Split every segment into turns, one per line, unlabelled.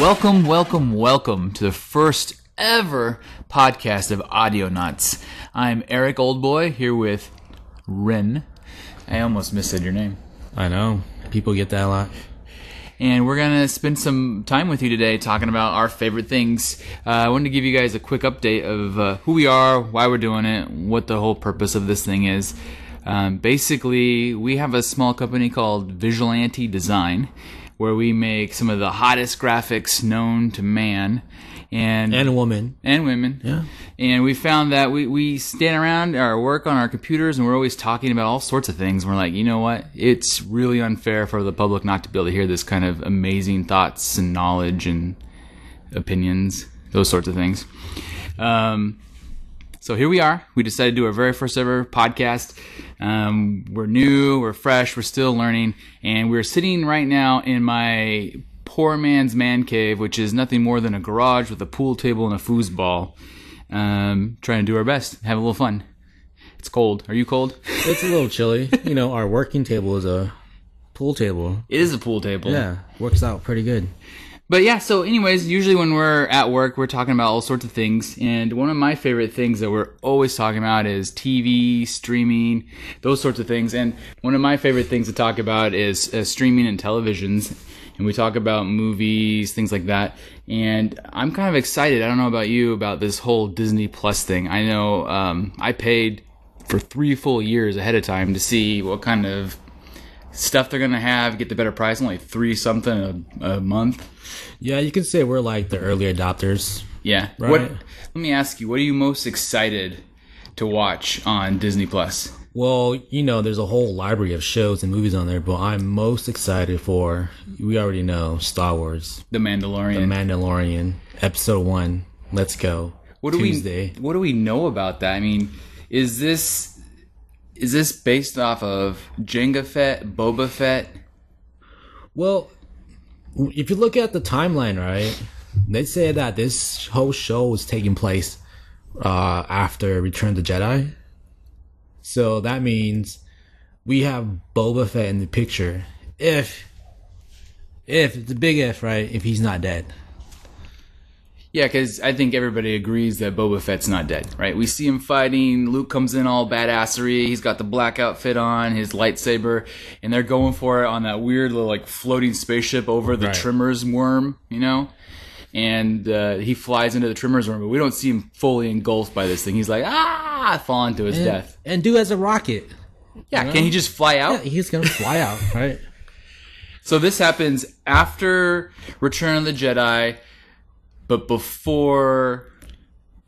Welcome, welcome, welcome to the first ever podcast of Audio Nuts. I'm Eric Oldboy here with Ren. I almost missaid your name.
I know. People get that a lot.
and we're gonna spend some time with you today talking about our favorite things. Uh, I wanted to give you guys a quick update of uh, who we are, why we're doing it, what the whole purpose of this thing is. Um, basically, we have a small company called Vigilante Design, where we make some of the hottest graphics known to man, and
And a woman.
and women. Yeah. And we found that we, we stand around our work on our computers and we're always talking about all sorts of things. And we're like, you know what? It's really unfair for the public not to be able to hear this kind of amazing thoughts and knowledge and opinions, those sorts of things. Um, so here we are. We decided to do our very first ever podcast. Um, we're new, we're fresh, we're still learning, and we're sitting right now in my poor man's man cave, which is nothing more than a garage with a pool table and a foosball. Um, trying to do our best, have a little fun. It's cold. Are you cold?
It's a little chilly. You know, our working table is a pool table.
It is a pool table.
Yeah, works out pretty good.
But yeah, so anyways, usually when we're at work, we're talking about all sorts of things, and one of my favorite things that we're always talking about is TV, streaming, those sorts of things. And one of my favorite things to talk about is uh, streaming and televisions, and we talk about movies, things like that. And I'm kind of excited. I don't know about you about this whole Disney Plus thing. I know um, I paid for three full years ahead of time to see what kind of stuff they're gonna have, get the better price, only three something a, a month.
Yeah, you could say we're like the early adopters.
Yeah.
Right.
What? Let me ask you. What are you most excited to watch on Disney Plus?
Well, you know, there's a whole library of shows and movies on there, but I'm most excited for, we already know, Star Wars,
The Mandalorian.
Mandalorian, Episode 1, Let's Go,
what do
Tuesday.
we? What do we know about that? I mean, is this is this based off of Jango Fett, Boba Fett?
Well, if you look at the timeline, right, they say that this whole show was taking place uh, after Return of the Jedi. So that means we have Boba Fett in the picture. If, if, it's a big if, right? If he's not dead.
Yeah, because I think everybody agrees that Boba Fett's not dead, right? We see him fighting. Luke comes in all badassery. He's got the black outfit on, his lightsaber, and they're going for it on that weird little like floating spaceship over the
Right.
Trimmers worm, you know. And uh, he flies into the Trimmers worm, but we don't see him fully engulfed by this thing. He's like ah, falling to his death.
And dude has a rocket.
Yeah, can he just fly out?
He's gonna fly out, right?
So this happens after Return of the Jedi, but before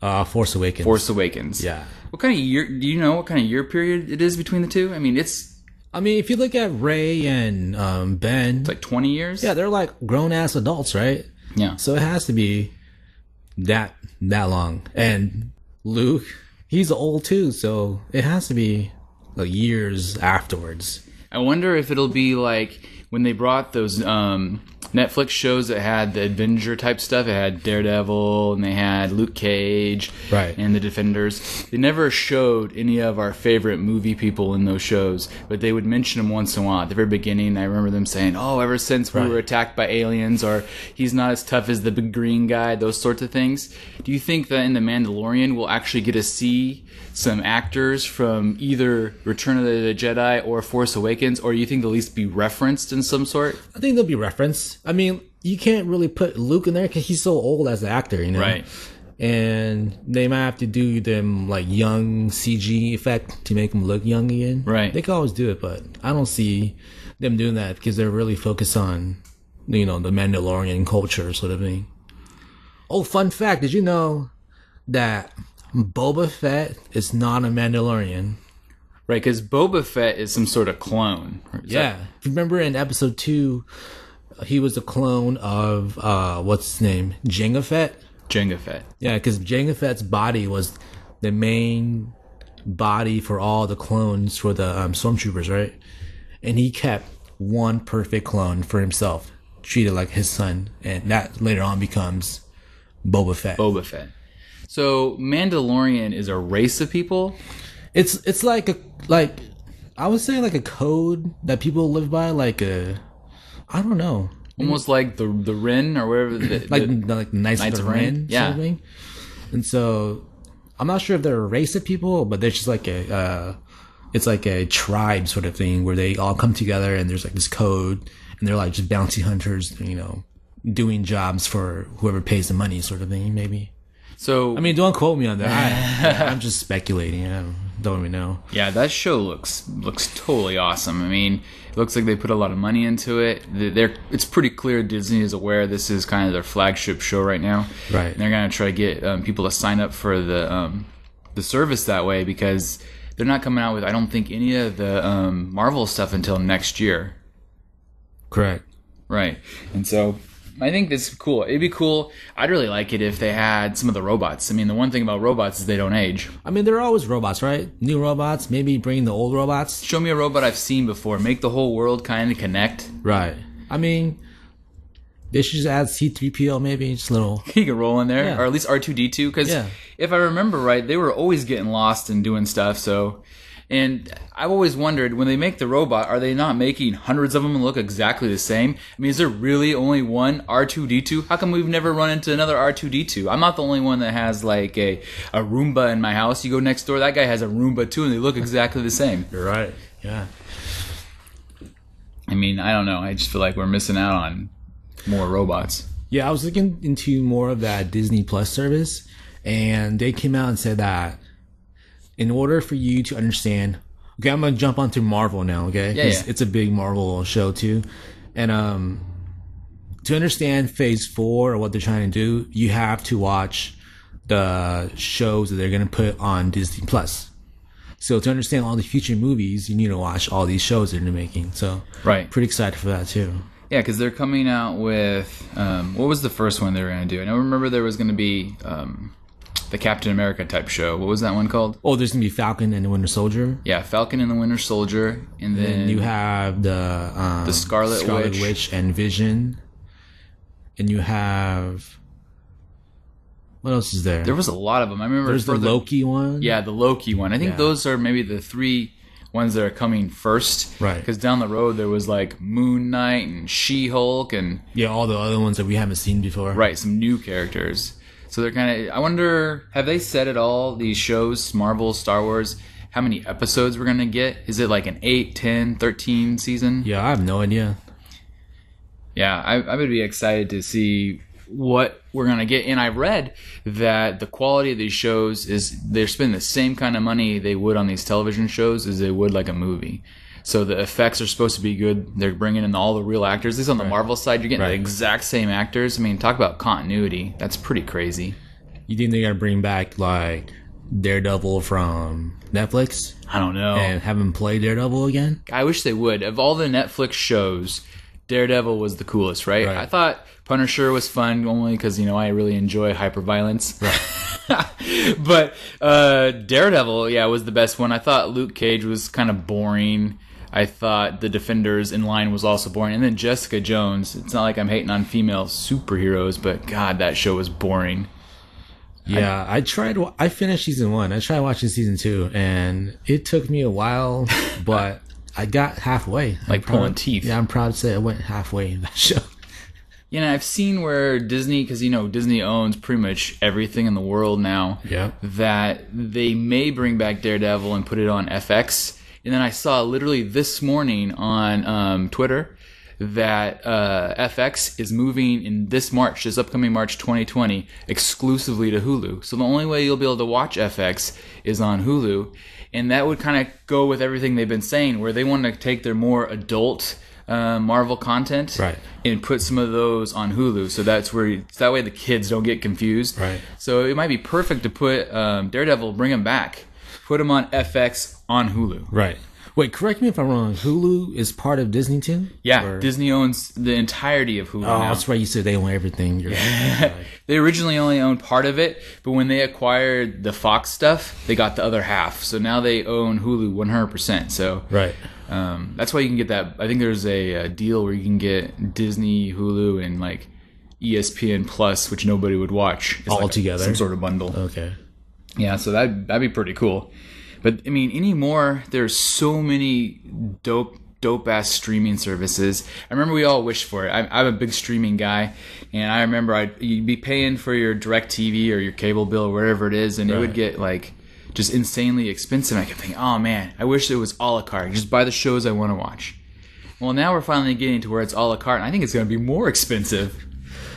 Uh, Force Awakens.
Force Awakens.
Yeah.
What kind of year do you know? What kind of year period it is between the two? I mean, it's
I mean, if you look at Ray and um, Ben,
like twenty years.
yeah, they're like grown ass adults, right?
yeah.
So it has to be that that long. And Luke, he's old too, so it has to be like years afterwards.
I wonder if it'll be like when they brought those um, Netflix shows that had the Avenger type stuff. It had Daredevil and they had Luke Cage,
Right.
and the Defenders. They never showed any of our favorite movie people in those shows, but they would mention them once in a while. At the very beginning, I remember them saying, "Oh, ever since we were attacked by aliens," or "He's not as tough as the big green guy." Those sorts of things. Do you think that in the Mandalorian we'll actually get to see some actors from either Return of the Jedi or Force Awakens, or you think they'll at least be referenced in some sort?
I think there'll be reference. I mean, you can't really put Luke in there because he's so old as an actor, you know.
Right.
And they might have to do them like young CG effect to make him look young again.
Right.
They could always do it, but I don't see them doing that because they're really focused on, you know, the Mandalorian culture sort of thing. Oh, fun fact! Did you know that Boba Fett is not a Mandalorian?
Right, because Boba Fett is some sort of clone. Is that-
Yeah. If you remember in episode two, he was a clone of uh, what's his name, Jango Fett.
Jango Fett.
Yeah, because Jango Fett's body was the main body for all the clones for the um, stormtroopers, right? And he kept one perfect clone for himself, treated like his son, and that later on becomes Boba Fett.
Boba Fett. So Mandalorian is a race of people.
It's it's like a like I would say like a code that people live by, like a, I don't know,
Almost like the the Ren or whatever. The,
like
the-
like Knights,
Knights
of
of
the
Ren,
Ren,
yeah.
sort of thing. And so, I'm not sure if they're a race of people, but there's just like a, uh, it's like a tribe sort of thing where they all come together and there's like this code and they're like just bounty hunters, you know, doing jobs for whoever pays the money, sort of thing. Maybe.
so
I mean, don't quote me on that. I, I'm just speculating. I don't, don't even know.
Yeah, that show looks looks totally awesome. I mean, it looks like they put a lot of money into it. They- They're it's pretty clear Disney is aware this is kind of their flagship show right now.
Right.
And they're gonna try to get um, people to sign up for the um, the service that way because they're not coming out with I don't think any of the um, Marvel stuff until next year.
Correct.
Right. And so I think this is cool. It'd be cool. I'd really like it if they had some of the robots. I mean, the one thing about robots is they don't age.
I mean, there are always robots, right? New robots, maybe bring the old robots.
Show me a robot I've seen before. Make the whole world kind of connect.
Right. I mean, they should just add C3PO, maybe just a little.
he could roll in there,
Yeah.
or at least R two D two. Because
Yeah.
if I remember right, they were always getting lost and doing stuff. So, and I've always wondered when they make the robot, are they not making hundreds of them look exactly the same? I mean, is there really only one R two D two? How come we've never run into another R two D two? I'm not the only one that has like a a Roomba in my house. You go next door, that guy has a Roomba too, and they look exactly the same.
You're right. Yeah.
I mean, I don't know. I just feel like we're missing out on more robots.
Yeah, I was looking into more of that Disney Plus service, and they came out and said that in order for you to understand, okay, I'm gonna jump onto Marvel now, okay?
Yeah,
'Cause
yeah.
It's a big Marvel show too, and um, to understand Phase Four or what they're trying to do, you have to watch the shows that they're gonna put on Disney Plus. So to understand all the future movies, you need to watch all these shows they're making. So
Right.
pretty excited for that too.
Yeah, because they're coming out with um, what was the first one they were going to do? I don't remember there was going to be um, the Captain America type show. What was that one called?
Oh, there's gonna be Falcon and the Winter Soldier.
Yeah, Falcon and the Winter Soldier, and then
And you have the um, the
Scarlet Witch.
Witch. and Vision, and you have what else is there?
there was a lot of them. I remember
There's the
further-
Loki one.
Yeah, the Loki one. I think those are maybe the three ones that are coming first.
Right.
Because down the road there was like Moon Knight and She Hulk and
yeah, all the other ones that we haven't seen before.
right some new characters. So they're kind of. I wonder have they said at all these shows Marvel, Star Wars. How many episodes we're going to get? Is it like an 8, 10, 13 season?
Yeah, I have no idea.
Yeah, I, I would be excited to see what we're gonna get. And I read that the quality of these shows is they're spending the same kind of money they would on these television shows as they would like a movie. So the effects are supposed to be good. They're bringing in all the real actors. At least on the Marvel side, you're getting the
Right.
exact same actors. I mean, talk about continuity. That's pretty crazy.
You think they're gonna bring back like Daredevil from Netflix
I don't know.
and have him play Daredevil again?
I wish they would. Of all the Netflix shows, Daredevil was the coolest, right?
Right.
I thought Punisher was fun only because you know I really enjoy hyperviolence. but uh, Daredevil, yeah, was the best one. I thought Luke Cage was kind of boring. I thought the Defenders in line was also boring, and then Jessica Jones. It's not like I'm hating on female superheroes, but God, that show was boring.
Yeah, I, tried. wa- I finished season one. I tried watching season two, and it took me a while, but I got halfway. I'm
Like
proud-
pulling teeth.
Yeah, I'm proud to say I went halfway in that show.
You know, I've seen where Disney, because you know Disney owns pretty much everything in the world now.
Yeah.
that they may bring back Daredevil and put it on FX. And then I saw literally this morning on um, Twitter that uh, FX is moving in this March, this upcoming March 2020, exclusively to Hulu. So the only way you'll be able to watch FX is on Hulu. And that would kind of go with everything they've been saying, where they want to take their more adult. Uh, Marvel content,
Right.
And put some of those on Hulu, so that's where you, that way the kids don't get confused,
Right.
so it might be perfect to put um, Daredevil, bring him back, put him on FX on Hulu.
Right. Wait, correct me if I'm wrong. Hulu is part of Disney too.
Yeah,
Or-
Disney owns the entirety of Hulu
Oh,
now.
that's right. You said they own everything. You're right.
They originally only owned part of it, but when they acquired the Fox stuff, they got the other half. So now they own Hulu 100%. So
right.
um, that's why you can get that. I think there's a, uh deal where you can get Disney, Hulu, and like E ESPN Plus, which nobody would watch. It's
All
like a-
together? Oh.
Some sort of bundle.
Okay.
Yeah, so that that'd be pretty cool. But I mean, anymore, there's so many dope, dope ass streaming services. I remember we all wished for it. I, I'm a big streaming guy, and I remember I you'd be paying for your direct TV or your cable bill or whatever it is, and it would
Right.
get like just insanely expensive. I kept thinking, oh man, I wish it was a la carte. Just buy the shows I want to watch. Well, now we're finally getting to where it's a la carte, and I think it's going to be more expensive.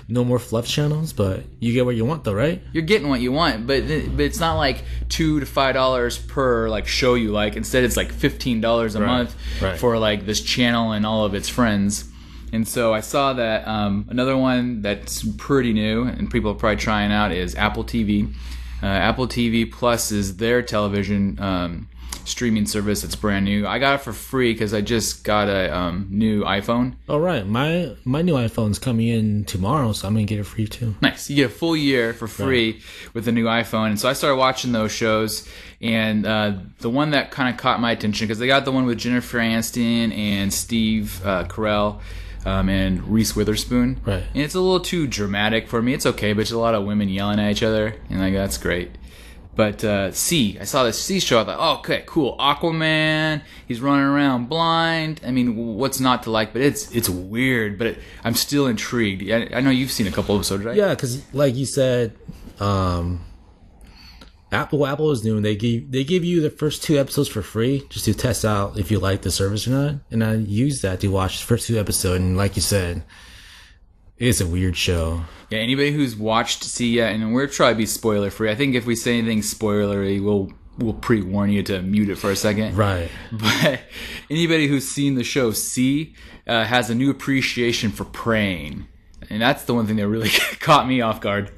No more fluff channels, but you get what you want though, right?
you're getting what you want, but th- but it's not like two to five dollars per like show you like. Instead, it's like fifteen dollars a month
right.
for like this channel and all of its friends. And so I saw that um, another one that's pretty new and people are probably trying out is Apple TV. Uh, Apple TV Plus is their television um, streaming service. It's brand new. I got it for free because I just got a um, new iPhone.
All right, my my new iPhone's coming in tomorrow, so I'm gonna get it free too.
Nice. You get a full year for free with the new iPhone. And so I started watching those shows. And uh, the one that kind of caught my attention, because they got the one with Jennifer Aniston and Steve uh, Carell um, and Reese Witherspoon.
Right.
And it's a little too dramatic for me. It's okay, but it's a lot of women yelling at each other. And like, that's great. But uh, C, I saw this C show. I thought, oh, okay, cool. Aquaman. He's running around blind. I mean, what's not to like? But it's it's weird. But it, I'm still intrigued. I, I know you've seen a couple episodes, right?
Yeah, because like you said, um, Apple Apple is new, and they give they give you the first two episodes for free just to test out if you like the service or not. And I used that to watch the first two episodes, and like you said, it's a weird show.
Yeah, anybody who's watched see yet, and we're trying to be spoiler free. I think if we say anything spoilery, we'll we'll pre warn you to mute it for a second.
Right.
But anybody who's seen the show C uh, has a new appreciation for praying, and that's the one thing that really caught me off guard.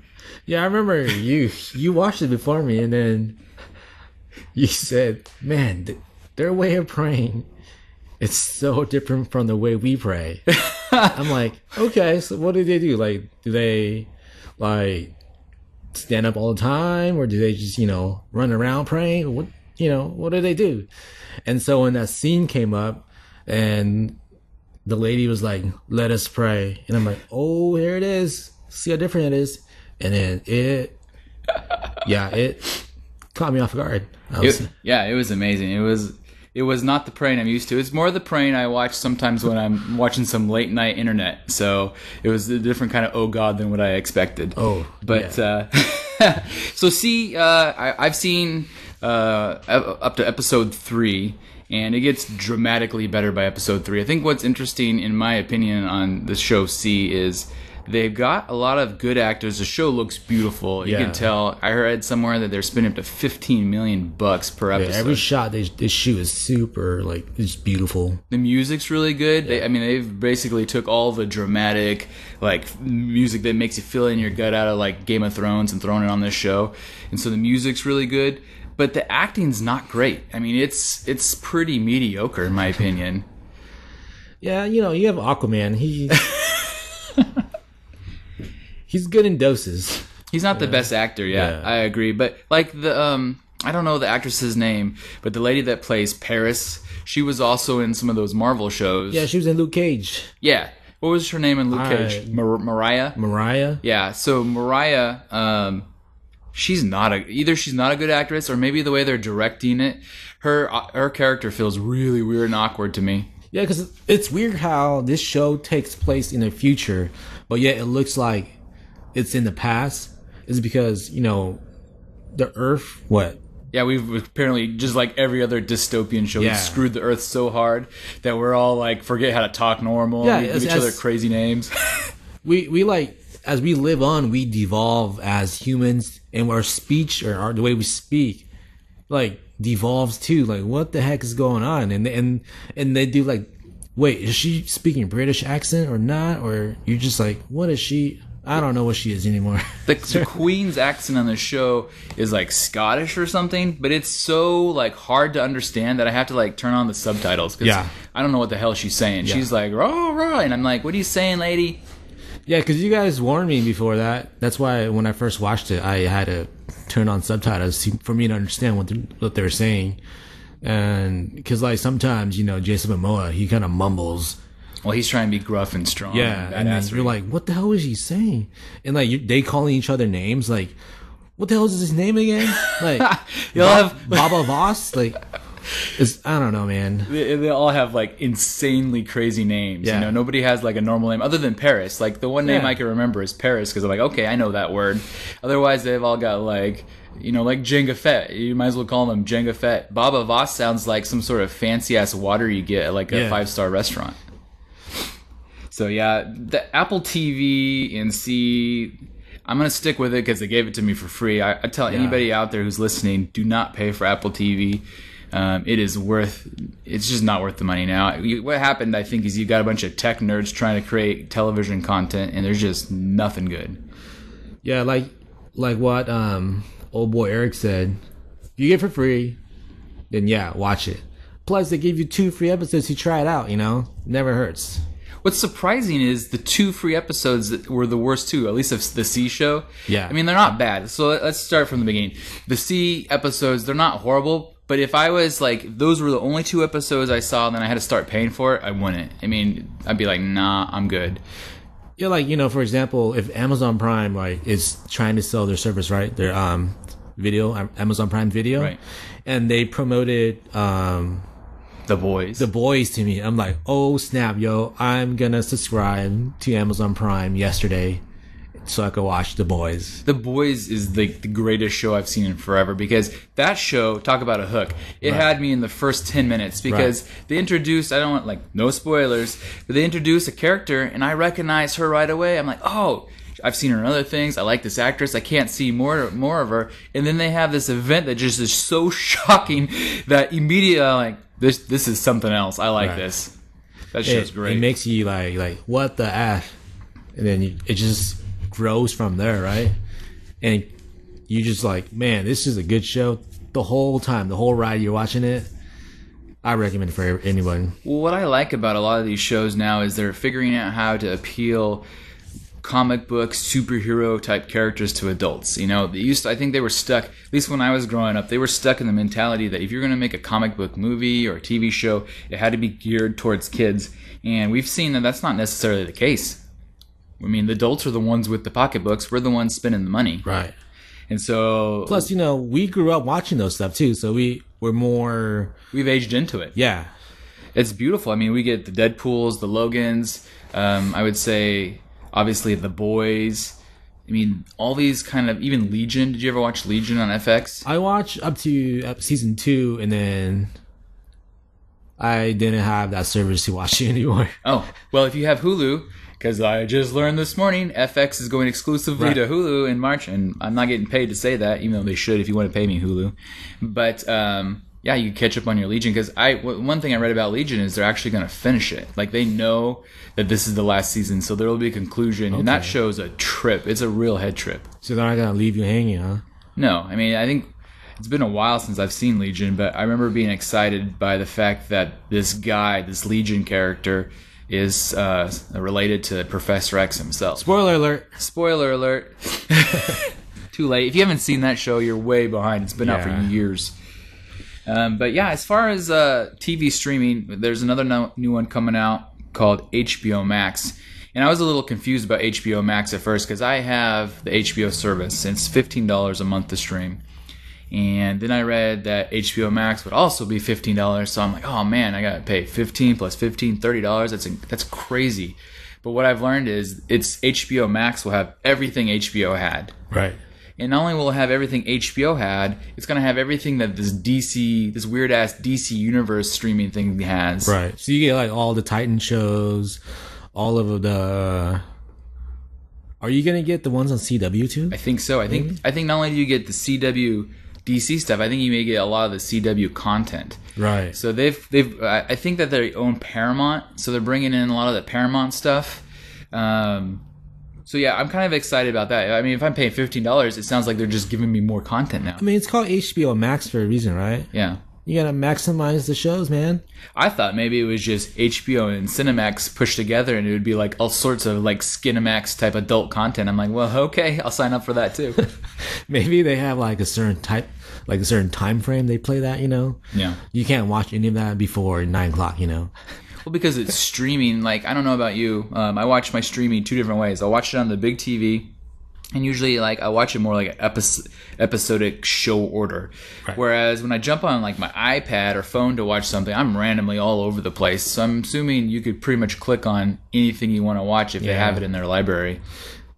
Yeah, I remember you you watched it before me, and then you said, "Man, th- their way of praying." It's so different from the way we pray. I'm like, okay, so what do they do? Like, do they like stand up all the time, or do they just you know run around praying? What you know, what do they do? And so when that scene came up, and the lady was like, "Let us pray," and I'm like, "Oh, here it is. See how different it is." And then it, yeah, it caught me off guard. I was,
It- yeah, it was amazing. It was it was not the praying I'm used to. It's more the praying I watch sometimes when I'm watching some late night internet. So it was a different kind of oh god than what I expected.
Oh,
but
yeah.
uh, so see, uh, I, I've seen uh, ep- up to episode three. And it gets dramatically better by episode three. I think what's interesting, in my opinion, on the show C is they've got a lot of good actors. The show looks beautiful. You
Yeah.
can tell. I read somewhere that they're spending up to 15 million bucks per episode.
every shot they they shoot is super like it's beautiful.
the music's really good. They, I mean, they've basically took all the dramatic, like music that makes you feel it in your gut out of like Game of Thrones and thrown it on this show, and so the music's really good. But the acting's not great. I mean, it's it's pretty mediocre in my opinion.
Yeah, you know, you have Aquaman. He he's good in doses.
He's not the best actor yet.
Yeah.
I agree, but like the um, I don't know the actress's name, but the lady that plays Paris, she was also in some of those Marvel shows.
Yeah, she was in Luke Cage.
Yeah. What was her name in Luke
I-
Cage? Mar- Mariah.
Mariah.
Yeah. So Mariah, um, she's not a either. She's not a good actress, or maybe the way they're directing it, her uh, her character feels really weird and awkward to me.
Yeah, because it's weird how this show takes place in the future, but yet it looks like it's in the past. Is because you know the Earth. What?
Yeah, we've apparently just like every other dystopian show,
Yeah.
we've screwed the Earth so hard that we're all like forget how to talk normal.
Yeah,
we give
as-
each other
as-
crazy names.
We we like as we live on, we devolve as humans, and our speech or our, the way we speak, like devolves too. Like what the heck is going on? And and and they do like, wait, is she speaking British accent or not? Or you're just like, what is she? I don't know what she is anymore.
the, the queen's accent on the show is like Scottish or something, but it's so like hard to understand that I have to like turn on the subtitles because
Yeah.
I don't know what the hell she's saying. She's like, "Raw, raw," and I'm like, "What are you saying, lady?"
Yeah, because you guys warned me before that. That's why when I first watched it, I had to turn on subtitles to- for me to understand what they, what they were saying. And because like sometimes you know Jason Momoa, he kind of mumbles.
Well, he's trying to be gruff and strong.
Yeah, and then
and badass.
you're like, what the hell is he saying? And like you they calling each other names, like what the hell is his name again? Like,
You'll
Ba-
have-
Baba Voss. Like, it's I don't know, man.
They, they all have like insanely crazy names.
Yeah.
You know, nobody has like a normal name other than Paris. Like the one name
Yeah.
I can remember is Paris because I'm like, okay, I know that word. Otherwise, they've all got like, you know, like Jenga Fett. You might as well call them Jenga Fett. Baba Voss sounds like some sort of fancy ass water you get at like a
Yeah.
five star restaurant. So yeah, the Apple TV and C. I'm gonna stick with it because they gave it to me for free. I, I tell anybody out there who's listening, do not pay for Apple TV. Um, it is worth. It's just not worth the money now. You, what happened, I think, is you got a bunch of tech nerds trying to create television content, and there's just nothing good.
Yeah, like like what um old boy Eric said. If you get it for free, then yeah, watch it. Plus, they give you two free episodes to try it out. You know, never hurts.
What's surprising is the two free episodes that were the worst two, at least of the C show.
Yeah.
I mean, they're not bad. So let- let's start from the beginning. The C episodes, they're not horrible, but if I was like, if those were the only two episodes I saw, then I had to start paying for it, I wouldn't. I mean, I'd be like, nah, I'm good.
Yeah, like you know, for example, if Amazon Prime like is trying to sell their service, right? Their um video, um, Amazon Prime Video,
Right.
and they promoted um
The boys.
the boys to me. I'm like, oh snap, yo, I'm gonna subscribe to Amazon Prime yesterday so I could watch the boys.
The Boys is like the greatest show I've seen in forever because that show, talk about a hook. It had me in the first 10 minutes because they introduced, I don't want like no spoilers, but they introduced a character and I recognized her right away. I'm like, "Oh, I've seen her in other things. I like this actress. I can't see more more of her." And then they have this event that just is so shocking that immediately I'm like this this is something else. I like
Right.
this. That
It,
show's great.
it makes you like like what the f, and then you, it just grows from there, right? And you just like, man, this is a good show. The whole time, the whole ride you're watching it, I recommend it for anyone.
Well, what I like about a lot of these shows now is they're figuring out how to appeal comic book superhero type characters to adults. You know, they used to, I think they were stuck. At least when I was growing up, they were stuck in the mentality that if you're going to make a comic book movie or a TV show, it had to be geared towards kids. And we've seen that that's not necessarily the case. I mean, the adults are the ones with the pocketbooks. We're the ones spending the money,
Right.
and so
Plus, you know, we grew up watching those stuff too, so we were more
we've aged into it.
yeah.
it's beautiful. I mean, we get the Deadpool's, the Logans. Um, I would say, obviously, the boys. I mean, all these kind of even Legion. Did you ever watch Legion on FX?
I watched up to up season two, and then I didn't have that service to watch it anymore.
Oh, well, if you have Hulu, because I just learned this morning, FX is going exclusively
Right.
to Hulu in March, and I'm not getting paid to say that, even though they should if you want to pay me Hulu. But um, yeah, you catch up on your Legion because I w- one thing I read about Legion is they're actually going to finish it. Like they know that this is the last season, so there will be a conclusion, and that shows a trip. It's a real head trip.
So they're not gonna leave you hanging, huh?
No, I mean, I think it's been a while since I've seen Legion, but I remember being excited by the fact that this guy, this Legion character, is uh, related to Professor X himself.
Spoiler alert.
Spoiler alert. Too late. If you haven't seen that show, you're way behind. It's been out
Yeah.
for years. Um, but yeah, as far as uh, TV streaming, there's another no- new one coming out called HBO Max. And I was a little confused about HBO Max at first because I have the HBO service. It's $15 a month to stream. And then I read that HBO Max would also be $15. So I'm like, oh man, I got to pay 15 plus 15, $30. That's, that's crazy. But what I've learned is it's HBO Max will have everything HBO had.
Right.
And not only will it have everything HBO had, it's going to have everything that this DC, this weird ass DC universe streaming thing has.
Right. So you get like all the Titan shows, all of the. uh, Are you gonna get the ones on CW too?
I think so. I think I think not only do you get the CW DC stuff, I think you may get a lot of the CW content.
Right.
So they've they've I I think that they own Paramount, so they're bringing in a lot of the Paramount stuff. Um, so yeah, I'm kind of excited about that. I mean, if I'm paying fifteen dollars, it sounds like they're just giving me more content now.
I mean, it's called HBO Max for a reason, right?
Yeah.
You gotta maximize the shows, man.
I thought maybe it was just HBO and Cinemax pushed together and it would be like all sorts of like Skinemax type adult content. I'm like, well, okay, I'll sign up for that too.
Maybe they have like a certain type, like a certain time frame they play that. You know.
yeah.
You can't watch any of that before nine o'clock, you know.
Well, because it's streaming. Like I don't know about you, um, I watch my streaming two different ways. I watch it on the big TV, and usually like I watch it more like an epis episodic show order. Whereas when I jump on like my iPad or phone to watch something, I'm randomly all over the place. So I'm assuming you could pretty much click on anything you want to watch if they have it in their library.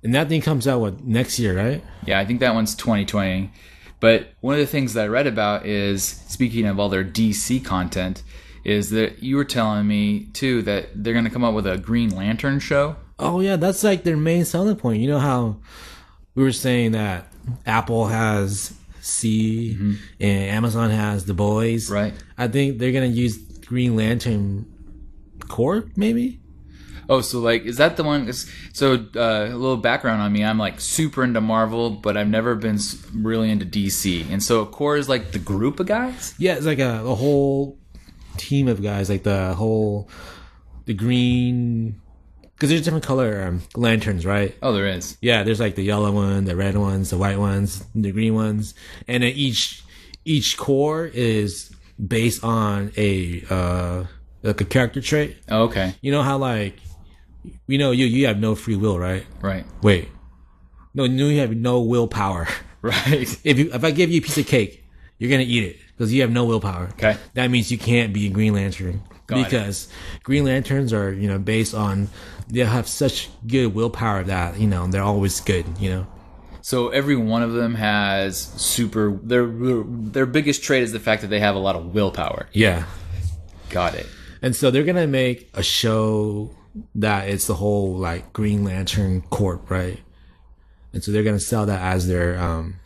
And that thing comes out what next year, right?
Yeah, I think that one's 2020. But one of the things that I read about is speaking of all their DC content is that you were telling me too that they're going to come up with a Green Lantern show.
Oh yeah, that's like their main selling point. You know how we were saying that Apple has C and Amazon has The Boys.
Right.
I think they're gonna use Green Lantern Corp, maybe.
Oh, so like, is that the one? is- So uh, a little background on me. I'm like super into Marvel, but I've never been s- really into DC. And so Core is like the group of guys.
Yeah, it's like a, a whole team of guys, like the whole the green. Because there's different color um, lanterns, right?
Oh, there is.
Yeah, there's like the yellow one, the red ones, the white ones, the green ones, and then each each core is based on a uh like a character trait.
Oh, okay,
You know how like we know you you have no free will, right?
right,
Wait, no, you have no willpower.
right.
If you if I give you a piece of cake, you're gonna eat it because you have no willpower.
Okay.
that means you can't be a Green Lantern
Got it.
because Green Lanterns are you know based on they have such good willpower that you know they're always good. You know.
So every one of them has super. Their their biggest trait is the fact that they have a lot of willpower.
Yeah.
Got it.
And so they're gonna make a show that it's the whole like Green Lantern Corp, right? And so they're gonna sell that as their um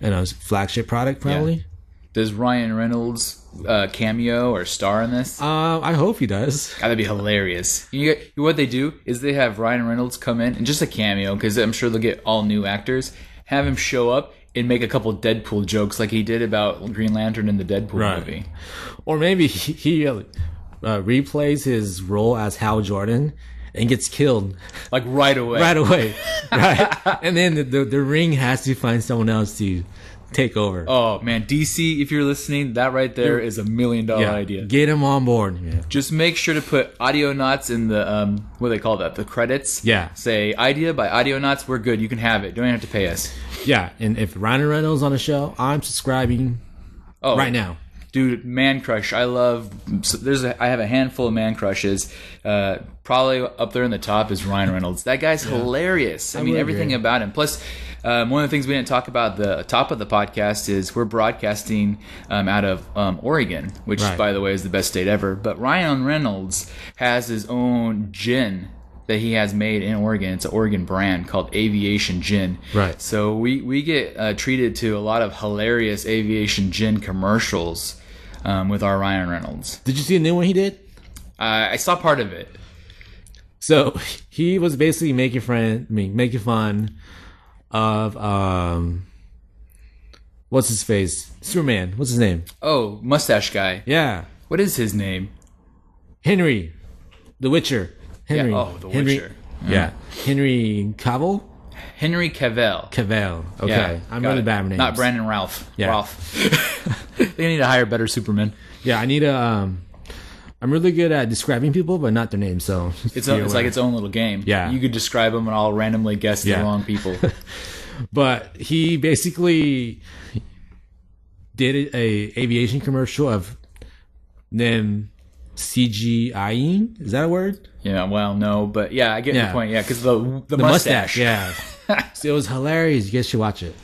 you know flagship product probably.
Does Ryan Reynolds uh, cameo or star in this?
Um, I hope he does.
God, that'd be hilarious. You get, what they do is they have Ryan Reynolds come in and just a cameo because I'm sure they'll get all new actors. Have him show up and make a couple Deadpool jokes like he did about Green Lantern in the Deadpool
Right.
movie.
Or maybe he, he uh, uh, replays his role as Hal Jordan and gets killed
Like right away.
right away, right? And then the, the the ring has to find someone else to take over.
Oh man, DC, if you're listening, that right there is a million dollar idea.
Get him on board. Yeah.
Just make sure to put audio knots in the um what do they call that? The credits.
Yeah.
Say idea by audio knots, we're good. You can have it. Don't even have to pay us.
Yeah, and if Ryan Reynolds on the show, I'm subscribing
Oh
right now.
dude man crush i love so there's a, i have a handful of man crushes uh, probably up there in the top is ryan reynolds that guy's hilarious i, mean
would
everything
agree.
about him plus um, one of the things we didn't talk about the top of the podcast is we're broadcasting um, out of um, Oregon, which
Right.
by the way is the best state ever. But Ryan Reynolds has his own gin that he has made in Oregon. It's an Oregon brand called Aviation Gin.
Right.
So we we get uh, treated to a lot of hilarious aviation gin commercials um, with our Ryan Reynolds.
Did you see the new one he did?
I I saw part of it.
So he was basically making friend, I mean, making fun of um, what's his face, Superman. What's his name?
Oh, mustache guy.
Yeah,
What is his name?
Henry, The Witcher. Henry.
oh, The
Henry-
Witcher.
Yeah, Henry Cavill.
Henry Cavell.
Cavill. Okay,
Yeah,
I'm
got
really
it.
bad with names.
Not Brandon Ralph.
Yeah.
Ralph. they need to hire better Superman.
Yeah, I need a. Um, I'm really good at describing people, but not their names. So
It's, a, it's like its own little game.
Yeah.
You could describe them and I'll randomly guess the
Yeah.
wrong people.
but he basically did a aviation commercial of them CGIing. Is that a word?
yeah, well, no, but yeah, I get your
Yeah.
point. Yeah, because the, the,
The
mustache.
Yeah. so it was hilarious. You guys should watch it.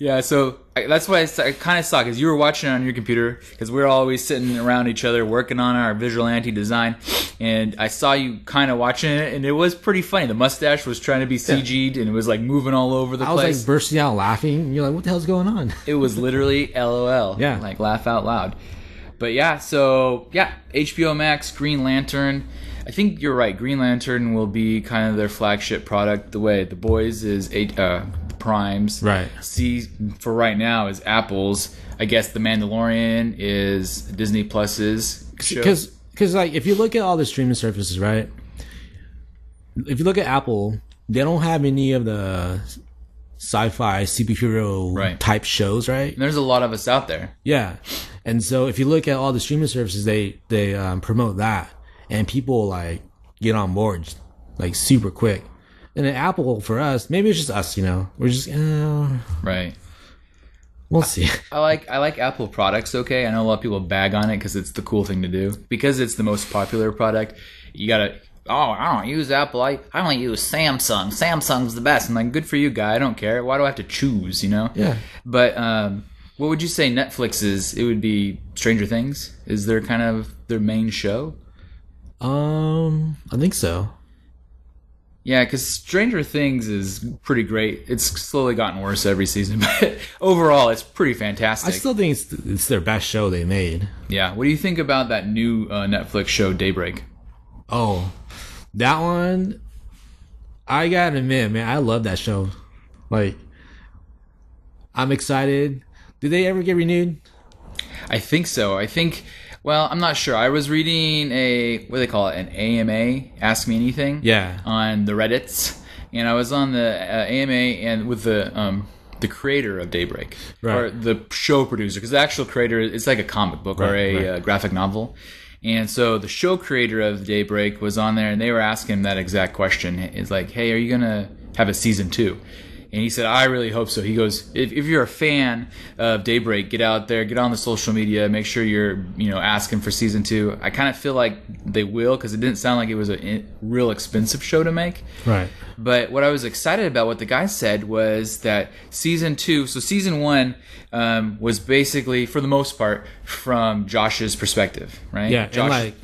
Yeah, so I, that's why I, kind of saw because you were watching it on your computer because we're always sitting around each other working on our vigilante design, and I saw you kind of watching it, and it was pretty funny. The mustache was trying to be CG'd, and it was like moving all over the
I was
place.
like bursting out laughing. You're like, what the hell's going on?
it was literally LOL.
Yeah.
like laugh out loud. But yeah, so yeah, HBO Max, Green Lantern. I think you're right. Green Lantern will be kind of their flagship product. The way the boys is eight, uh, Primes.
Right.
See for right now is Apple's. I guess The Mandalorian is Disney Plus's show.
Because because like if you look at all the streaming services, right? If you look at Apple, they don't have any of the sci-fi superhero
Right.
type shows, right?
And there's a lot of us out there.
Yeah, and so if you look at all the streaming services, they they um, promote that, and people like get on board like super quick. And then Apple for us, maybe it's just us, you know. We're just, uh,
Right.
we'll see.
I like I like Apple products. Okay, I know a lot of people bag on it because it's the cool thing to do because it's the most popular product. You gotta. Oh, I don't use Apple. I, I only use Samsung. Samsung's the best. I'm like, good for you, guy. I don't care. Why do I have to choose? You know.
Yeah.
But um, what would you say Netflix is? It would be Stranger Things. Is their kind of their main show?
Um, I think so.
Yeah, because Stranger Things is pretty great. It's slowly gotten worse every season, but overall, it's pretty fantastic.
I still think it's it's their best show they made.
Yeah. What do you think about that new uh, Netflix show, Daybreak?
Oh, that one. I gotta admit, man, I love that show. Like, I'm excited. Did they ever get renewed?
I think so. I think. Well, I'm not sure. I was reading a what do they call it? An AMA, Ask Me Anything.
Yeah.
On the Reddit's, and I was on the uh, AMA and with the um the creator of Daybreak or
Right.
the show producer because the actual creator it's like a comic book or a
Right, right.
uh, graphic novel. And so the show creator of Daybreak was on there, and they were asking him that exact question. It's like, "Hey, are you gonna have a season two? And he said, "I really hope so." He goes, "If, if you're a fan of Daybreak, get out there, get on the social media, make sure you're, you know, asking for season two. I kind of feel like they will because it didn't sound like it was a in- real expensive show to make.
Right.
But what I was excited about, what the guy said, was that season two. So season one um, was basically, for the most part, from Josh's perspective, right?
Yeah,
Josh
and like,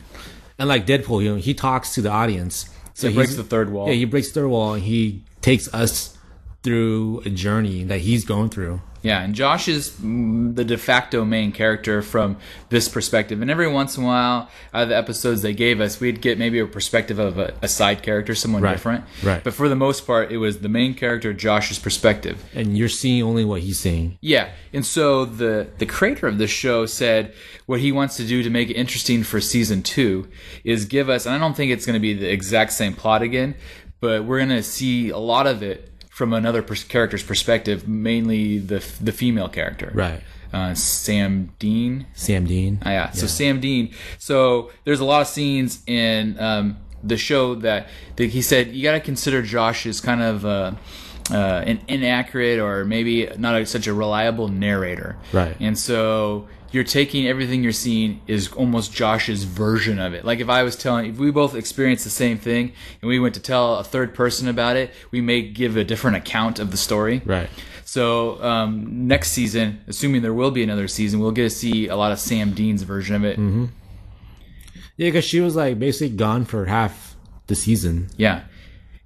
and like Deadpool, you know, he talks to the audience. So
breaks
he's-
the third wall.
Yeah, he breaks the third wall, and he takes us through a journey that he's going through.
Yeah, and Josh is mm, the de facto main character from this perspective. And every once in a while, out of the episodes they gave us, we'd get maybe a perspective of a, a side character, someone
Right,
different.
right.
But for the most part, it was the main character, Josh's perspective.
And you're seeing only what he's seeing.
Yeah, and so the the creator of the show said what he wants to do to make it interesting for season two is give us, and I don't think it's going to be the exact same plot again, but we're going to see a lot of it from another pers- character's perspective, mainly the f- the female character,
Right.
Uh, Sam Dean,
Sam Dean.
Ah, yeah. So Sam Dean. So there's a lot of scenes in um, the show that, that he said you got to consider Josh as kind of uh, uh, an inaccurate or maybe not a, such a reliable narrator.
Right.
And so you're taking everything you're seeing is almost Josh's version of it. Like if I was telling, if we both experienced the same thing and we went to tell a third person about it, we may give a different account of the story.
Right.
So um, next season, assuming there will be another season, we'll get to see a lot of Sam Dean's version of it.
Yeah, because she was like basically gone for half the season.
Yeah.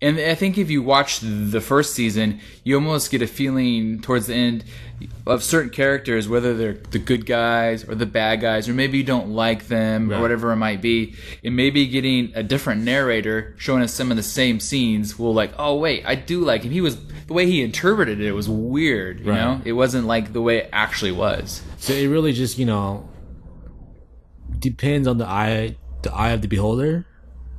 And I think if you watch the first season, you almost get a feeling towards the end of certain characters, whether they're the good guys or the bad guys, or maybe you don't like them or
Right.
whatever it might be. And maybe getting a different narrator showing us some of the same scenes will like, oh wait, I do like him. He was the way he interpreted it was weird. You
Right.
know, it wasn't like the way it actually was.
So it really just you know depends on the eye, the eye of the beholder,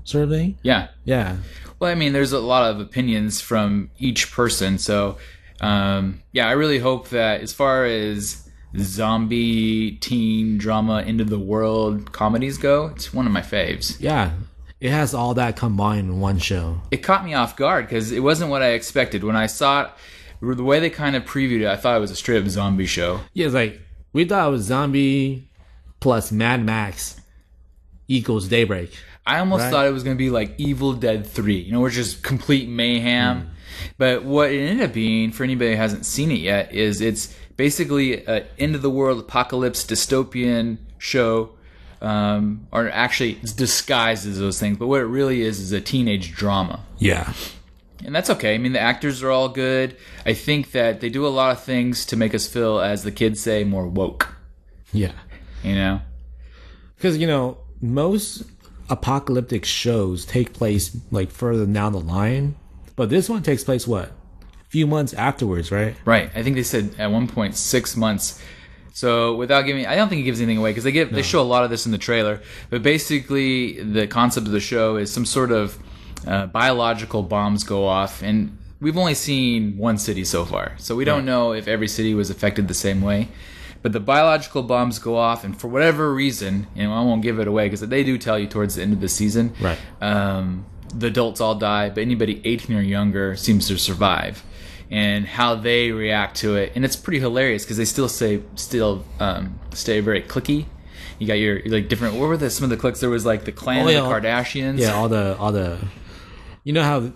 sort of thing.
Yeah.
Yeah,
Well, I mean, there's a lot of opinions from each person. So, um, yeah, I really hope that as far as zombie teen drama end of the world comedies go, it's one of my faves.
yeah. It has all that combined in one show.
It caught me off guard because it wasn't what I expected. When I saw it, the way they kind of previewed it, I thought it was a straight up zombie show.
Yeah, it's like we thought it was zombie plus Mad Max equals Daybreak.
I almost
Right.
thought it was going to be like Evil Dead 3, you know, which is complete mayhem. But what it ended up being, for anybody who hasn't seen it yet, is it's basically an end of the world apocalypse dystopian show. Um, or actually, it's disguised as those things, but what it really is is a teenage drama
Yeah,
and that's okay. I mean, the actors are all good. I think that they do a lot of things to make us feel, as the kids say, more woke.
yeah.
You know,
Because you know most apocalyptic shows take place like further down the line, but this one takes place what few months afterwards, right?
Right. I think they said at one point six months. So without giving, I don't think it gives anything away because they give they show a lot of this in the trailer. But basically, the concept of the show is some sort of uh, biological bombs go off, and we've only seen one city so far, so we don't know if every city was affected the same way. But the biological bombs go off, and for whatever reason, and I won't give it away because they do tell you towards the end of the season,
Right.
Um, the adults all die, but anybody 18 or younger seems to survive, and how they react to it. And it's pretty hilarious because they still say still um, stay very clicky. You got your like different. What were the, some of the cliques? There was like the clan,
Oh,
of
yeah, all-
the Kardashians.
Yeah, all the all the, you know how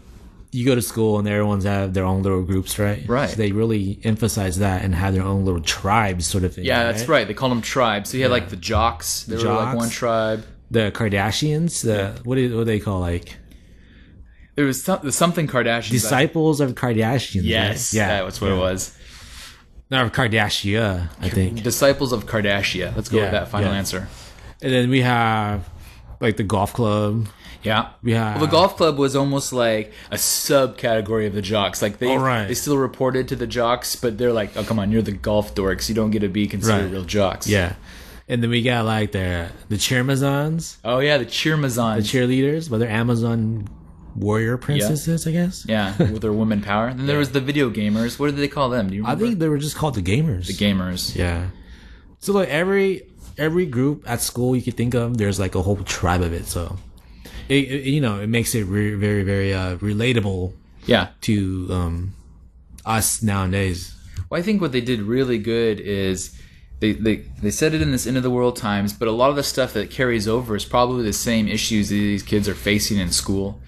you go to school and everyone's have their own little groups, right?
Right.
So they really emphasize that and have their own little tribes, sort of thing.
Yeah, that's right. They called them tribes. So you had like the jocks. They were like
Jocks.
one tribe.
The Kardashians, the what do, what do they call like
There was some, something Kardashian.
disciples of Kardashians? right?
Yes,
Yeah.
that was what it was.
Not of Kardashian, I think.
Disciples of Kardashian. Let's go with
Yeah,
that final
yeah.
answer.
And then we have like the golf club.
Yeah,
Yeah.
Well, the golf club was almost like a subcategory of the jocks. Like they,
Oh, right.
they still reported to the jocks, but they're like, "Oh, come on, you're the golf dorks. You don't get to be considered
Right.
real jocks."
Yeah. And then we got like the the Cheermazons,
Oh yeah, the cheermazons.
the cheerleaders, but they're Amazon warrior princesses, I guess.
yeah, with their women power. Then there was the video gamers. What did they call them? Do you
I
remember?
think they were just called the gamers.
the gamers.
yeah. So like every every group at school you could think of, there's like a whole tribe of it. So it, it- you know, it makes it re- very very uh, relatable
Yeah.
to um us nowadays.
Well, I think what they did really good is they, they they said it in this end of the world times, but a lot of the stuff that carries over is probably the same issues that these kids are facing in school.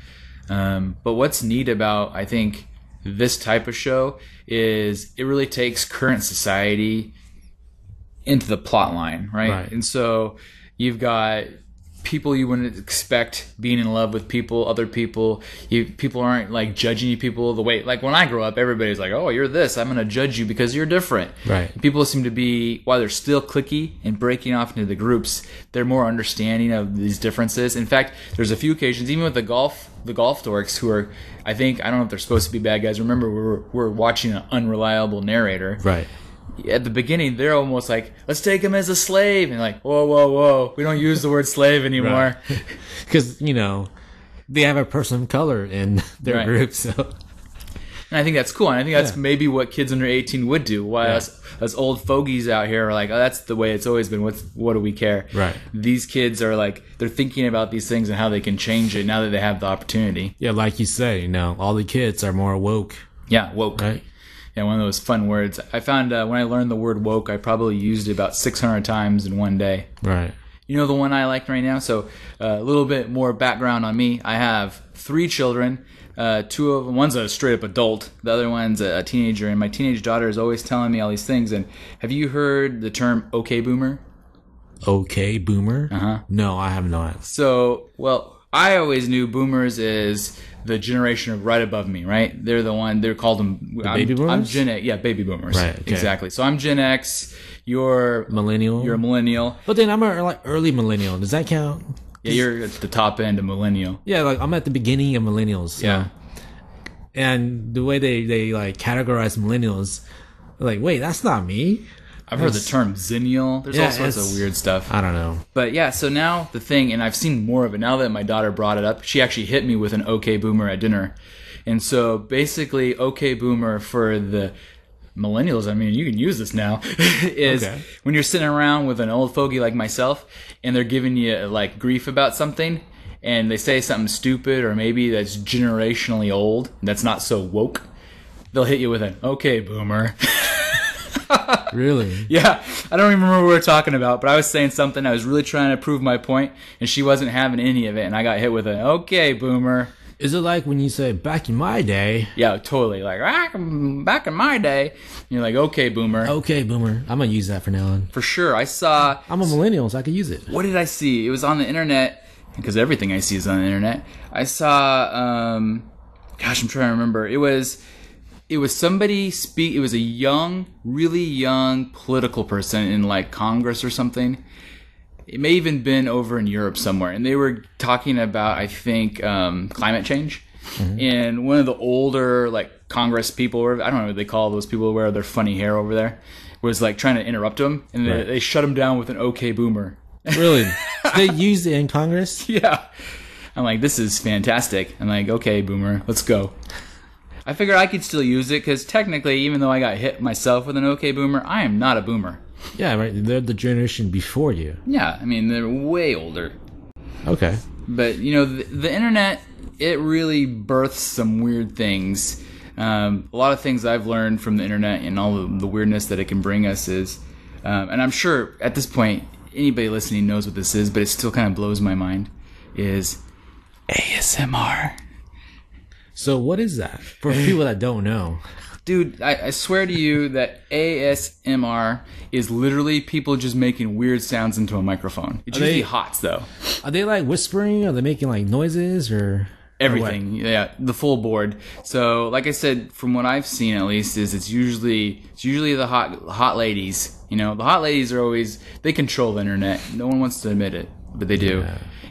Um, but what's neat about I think this type of show is it really takes current society into the plot line, right?
Right.
And so you've got people you wouldn't expect being in love with people, other people. You people aren't like judging you people the way like when I grew up, everybody's like, "Oh, you're this. I'm going to judge you because you're different."
Right.
People seem to be while they're still clicky and breaking off into the groups, they're more understanding of these differences. In fact, there's a few occasions even with the golf the golf dorks who are I think I don't know if they're supposed to be bad guys. Remember we're we're watching an unreliable narrator
Right.
at the beginning they're almost like let's take him as a slave and like whoa whoa whoa we don't use the word slave anymore
Cuz you know, they have a person of color in their
Right.
group, so
and i think that's cool and i think that's
Yeah.
maybe what kids under 18 would do why us us old fogies out here are like oh that's the way it's always been what's what do we care
Right.
these kids are like they're thinking about these things and how they can change it now that they have the opportunity
Yeah, like you say, you know, all the kids are more woke,
yeah woke
right?
yeah one of those fun words i found uh, when i learned the word woke i probably used it about 600 times in one day
Right.
You know the one I like right now. So uh, a little bit more background on me. I have three children. Uh, two of them, one's a straight up adult. The other one's a teenager. And my teenage daughter is always telling me all these things. And have you heard the term "okay boomer"?
Okay, boomer. Uh-huh. No, I have not.
So, well, I always knew boomers is the generation right above me, right? They're the one they're called them. I'm,
baby boomers?
I'm Gen X. Yeah, baby boomers.
Right, okay.
Exactly. So I'm Gen X. You're
Millennial.
you're a millennial.
but then I'm a like early millennial. Does that count?
Yeah, you're at the top end of millennial.
Yeah, like I'm at the beginning of millennials. so-
Yeah.
And the way they they like categorize millennials, like wait, that's not me.
I've heard the term zennial. There's
Yeah,
all sorts
it's-
of weird stuff.
I don't know.
But yeah, so now the thing, and I've seen more of it now that my daughter brought it up. She actually hit me with an OK Boomer at dinner, and so basically OK Boomer for the millennials. I mean, you can use this now. is
Okay.
when you're sitting around with an old fogey like myself, and they're giving you like grief about something, and they say something stupid or maybe that's generationally old, that's not so woke. They'll hit you with an OK Boomer.
Really?
Yeah, I don't even remember what we were talking about, but I was saying something. I was really trying to prove my point, and she wasn't having any of it, and I got hit with a "Okay, boomer."
Is it like when you say back in my day?
Yeah, totally. Like "Ah, back in my day, and you're like, "Okay, boomer."
Okay, boomer. I'm gonna use that for now on.
For sure, I saw.
I'm a millennial, so I could use it.
What did I see? It was on the internet because everything I see is on the internet. I saw. Um, gosh, I'm trying to remember. It was. It was somebody speak. It was a young, really young political person in like Congress or something. it may even been over in Europe somewhere, and they were talking about I think um, climate change. And one of the older like Congress people, or I don't know what they call those people who wear their funny hair over there, was like trying to interrupt him, and they,
Right.
they shut him down with an "Okay, boomer."
Really? they use it in Congress?
yeah, I'm like, this is fantastic. I'm like, okay, boomer, let's go. I figured I could still use it because technically, even though I got hit myself with an "Okay, boomer," I am not a boomer.
Yeah, right. They're the generation before you.
Yeah, I mean they're way older.
Okay.
but you know the, the internet it really births some weird things um, a lot of things i've learned from the internet and all the, the weirdness that it can bring us is um, and i'm sure at this point anybody listening knows what this is but it still kind of blows my mind is asmr
So what is that? For people that don't know.
dude I, I swear to you that asmr is literally people just making weird sounds into a microphone it's usually
they-
hots though
Are they like whispering? Are they making like noises or
everything yeah the full board so like i said from what i've seen at least is it's usually it's usually the hot hot ladies you know the hot ladies are always they control the internet no one wants to admit it but they do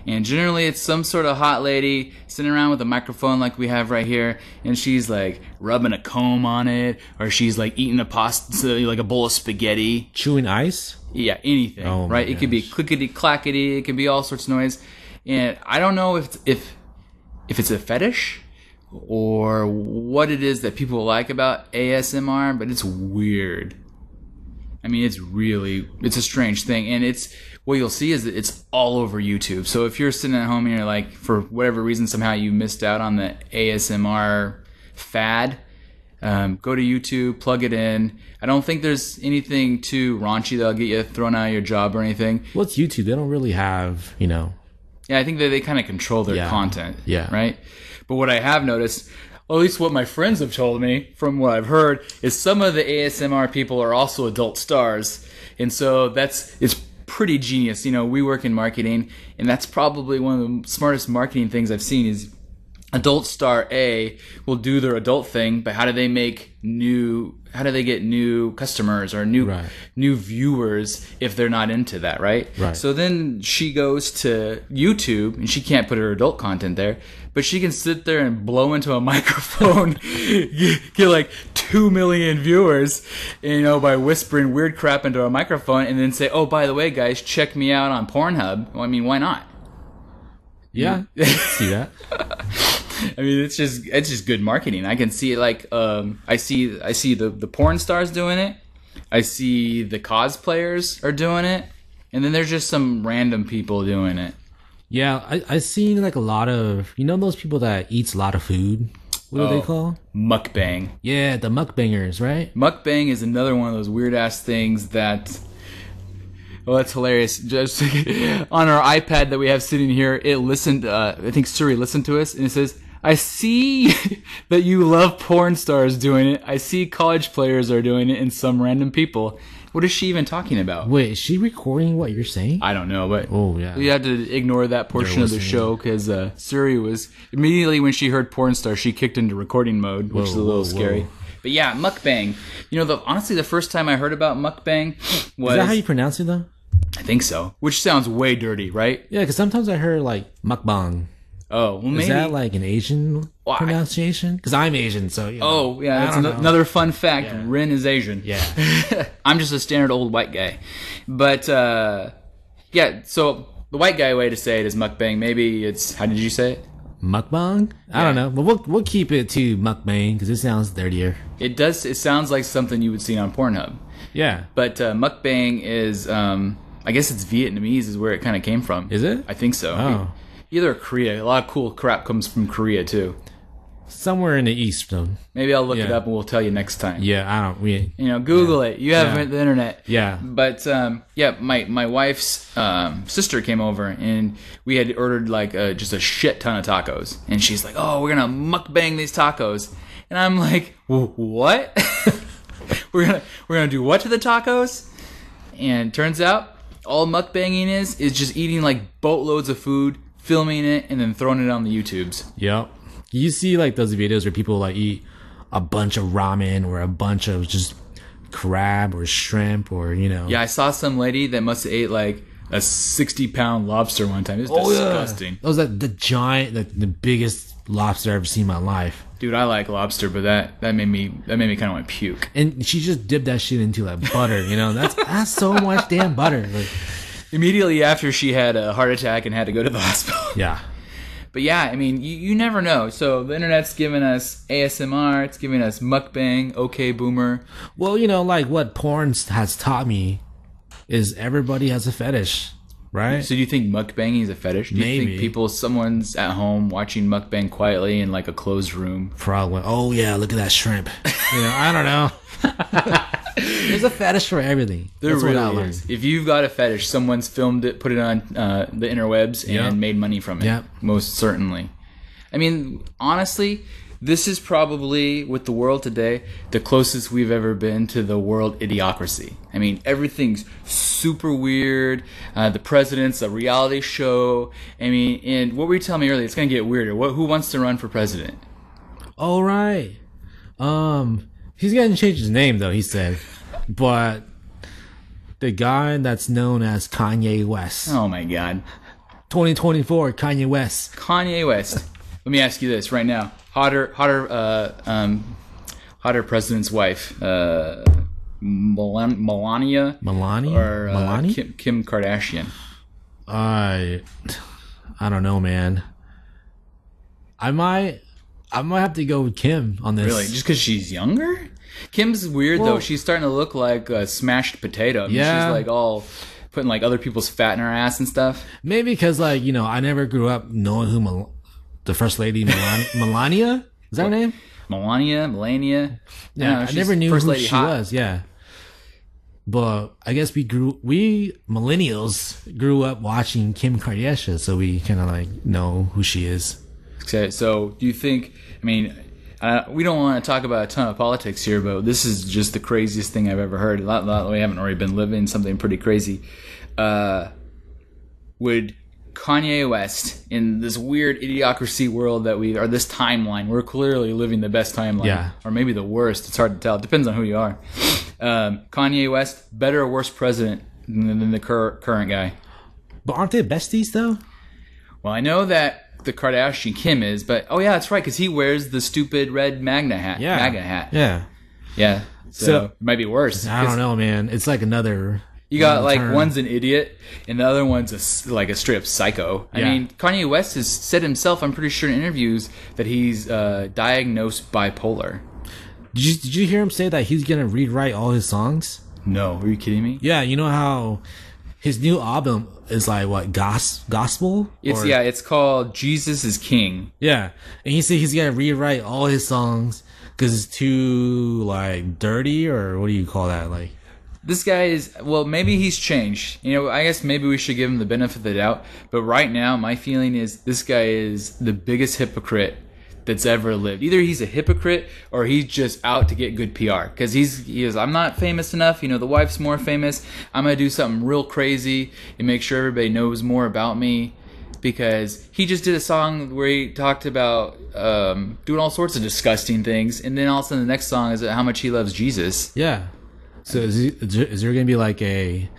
and generally it's some sort of hot lady sitting around with a microphone like we have right here and she's like rubbing a comb on it or she's like eating a pasta like a bowl of spaghetti
chewing ice?
yeah, anything,
Oh, my
right? It could be clickety clackety. It could be all sorts of noise, and I don't know if if if it's a fetish or what it is that people like about ASMR, but it's weird. I mean, it's really it's a strange thing, and it's what you'll see is that it's all over YouTube. So if you're sitting at home and you're like, for whatever reason, somehow you missed out on the ASMR fad, um, go to YouTube, plug it in. I don't think there's anything too raunchy that'll get you thrown out of your job or anything.
Well, it's YouTube. They don't really have, you know.
Yeah, I think that they kind of control their
Yeah.
content.
Yeah.
Right. But what I have noticed, at least what my friends have told me from what I've heard, is some of the ASMR people are also adult stars, and so that's it's pretty genius. You know, we work in marketing, and that's probably one of the smartest marketing things I've seen is adult star A will do their adult thing, but how do they make new how do they get new customers or new
Right.
new viewers if they're not into that, right?
Right.
So then she goes to YouTube and she can't put her adult content there, but she can sit there and blow into a microphone, get, get like 2 million viewers, you know, by whispering weird crap into a microphone and then say, "Oh, by the way, guys, check me out on Pornhub." Well, I mean, why not?
Yeah.
Mm.
see that?
I mean, it's just it's just good marketing. I can see it like um, I see I see the the porn stars doing it. I see the cosplayers are doing it, and then there's just some random people doing it.
Yeah, I I seen like a lot of you know those people that eats a lot of food. What do
Oh.
they call?
Mukbang.
Yeah, the mukbangers, right?
Mukbang is another one of those weird ass things that. Well, that's hilarious. Just on our iPad that we have sitting here, it listened. Uh, I think Siri listened to us, and it says, "I see that you love porn stars doing it. I see college players are doing it, and some random people." What is she even talking about?
Wait, is she recording what you're saying?
I don't know, but
Oh, yeah.
we had to ignore that portion of the
listening.
show because uh, Siri was immediately when she heard porn star, she kicked into recording mode, which is a
Whoa,
little
whoa,
scary.
whoa.
But yeah, mukbang. You know, the, honestly, the first time I heard about mukbang
Is
was
that how you pronounce it though?
I think so, which sounds way dirty, right?
Yeah, because sometimes I heard like mukbang.
Oh, well, maybe.
Is that like an Asian
Well, I-
pronunciation? Because I'm Asian, so you know.
oh, yeah, that's
I don't
ano-
know.
another fun fact. Ren is Asian.
yeah.
I'm just a standard old white guy. But uh, yeah, so the white guy way to say it is mukbang. Maybe it's how did you say it?
mukbang. I don't
Yeah.
know, but we'll we'll keep it to mukbang because it sounds dirtier.
It does. It sounds like something you would see on Pornhub.
Yeah.
But uh, mukbang is, um, I guess it's Vietnamese is where it kind of came from.
Is it?
I think so.
Oh.
Either Korea. A lot of cool crap comes from Korea too.
Somewhere in the east, though.
Maybe I'll look it
Yeah.
up and we'll tell you next time.
Yeah, I don't. We,
You know, Google it. You have
Yeah.
the internet.
yeah.
But um, yeah, my my wife's um, sister came over and we had ordered like uh just a shit ton of tacos, and she's like, "Oh, we're gonna mukbang these tacos," and I'm like, "Wh- "What? we're gonna we're gonna do what to the tacos?" And turns out all mukbanging is is just eating like boatloads of food, filming it, and then throwing it on the YouTubes.
Yep. You see like those videos where people like eat a bunch of ramen or a bunch of just crab or shrimp or you know.
Yeah, I saw some lady that must have ate like a sixty pound lobster one time. It's
Oh,
disgusting.
That was like the giant, like the biggest lobster I've ever seen in my life.
Dude, I like lobster, but that that made me that made me kind of want to puke.
And she just dipped that shit into like butter, you know. That's that's so much damn butter. Like,
Immediately after she had a heart attack and had to go to the hospital.
yeah.
But yeah, I mean, you, you never know. So the internet's giving us ASMR, it's giving us mukbang, okay boomer.
Well, you know, like what porn has taught me is everybody has a fetish. right?
So do you think mukbanging is a fetish? Do you
Maybe.
think people, someone's at home watching mukbang quietly in like a closed room?
Probably. Oh yeah, look at that shrimp. you know, I don't know. There's a fetish for everything. That's what I learned.
If you've got a fetish, someone's filmed it, put it on uh, the interwebs, and
Yeah.
made money from it.
Yeah.
Most certainly. I mean, honestly, this is probably with the world today the closest we've ever been to the world idiocracy. I mean, everything's super weird. Uh, the president's a reality show. I mean, and what were you telling me earlier? It's gonna get weirder. What? Who wants to run for president?
All right. Um, he's gonna change his name though. He said, but the guy that's known as Kanye West,
Oh my God,
2024 Kanye West.
Kanye West. Let me ask you this right now: hotter, hotter, uh, um, hotter president's wife, uh, Melan- Melania,
Melania.
or uh,
Melania.
Kim, Kim Kardashian.
I, I don't know, man. I might, I might have to go with Kim on this.
Really? Just because she's younger? Kim's weird though.
Well-
She's starting to look like a smashed potato. I mean,
Yeah.
She's like all putting like other people's fat in her ass and stuff.
Maybe because like you know, I never grew up knowing who Mel- the first lady Melan- Melania is that her name?
Melania, Melania.
Yeah, I,
she's
never knew
First
who
Lady
she
hot.
was. Yeah, but I guess we grew we millennials grew up watching Kim Kardashian, so we kind of like know who she is.
Okay, so do you think? I mean, uh, we don't want to talk about a ton of politics here, but this is just the craziest thing I've ever heard. A lot, lot we haven't already been living something pretty crazy. Uh, would Kanye West in this weird idiocracy world that we or this timeline, we're clearly living the best timeline,
Yeah.
or maybe the worst. It's hard to tell. It depends on who you are. Um, Kanye West, better or worse president than, than the cur- current guy?
But aren't they besties though?
Well, I know that the Kardashian Kim is, but oh yeah, that's right, because he wears the stupid red Magna hat.
Yeah,
MAGA hat. Yeah.
Yeah,
So,
So-
it might be worse.
I
'cause
don't know, man. It's like another.
You got like
term.
one's an idiot, and the other one's a s like a straight up psycho. I
Yeah.
mean, Kanye West has said himself, I'm pretty sure in interviews that he's uh, diagnosed bipolar.
Did you, did you hear him say that he's gonna rewrite all his songs?
No, are you kidding me?
Yeah, you know how his new album is like what gos- gospel?
It's
Or-
yeah, it's called Jesus is King.
yeah. And he said he's gonna rewrite all his songs because it's too like dirty or what do you call that? Like
This guy is well. Maybe he's changed. You know, I guess maybe we should give him the benefit of the doubt. But right now, my feeling is this guy is the biggest hypocrite that's ever lived. Either he's a hypocrite or he's just out to get good PR. Because he's he is. I'm not famous enough. You know, the wife's more famous. I'm gonna do something real crazy and make sure everybody knows more about me. Because he just did a song where he talked about um, doing all sorts of disgusting things, and then all of a sudden the next song is how much he loves Jesus.
yeah. So is, he, is there- is there gonna be like a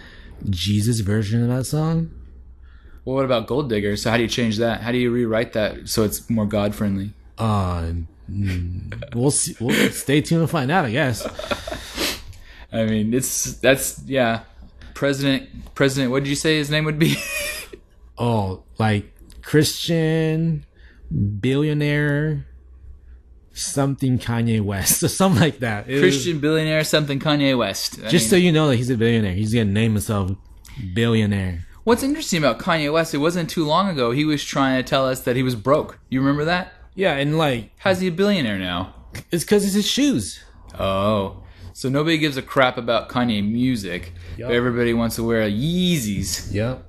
Jesus version of that song?
Well, what about Gold Digger? So how do you change that? How do you rewrite that so it's more God friendly?
Uh, mm, we'll see. We'll stay tuned and find out. I guess.
I mean, it's that's yeah. President, President, what did you say his name would be?
Oh, like Christian billionaire. Something Kanye West or something like that. It was-
Christian billionaire something Kanye West. I
Just
mean,
so you know that he's a billionaire. He's gonna name himself billionaire.
what's interesting about Kanye West? It wasn't too long ago he was trying to tell us that he was broke. You remember that?
Yeah, and like
How's he a billionaire now?
it's because it's his shoes.
Oh, so nobody gives a crap about Kanye music,
Yup.
but everybody wants to wear Yeezys.
Yep.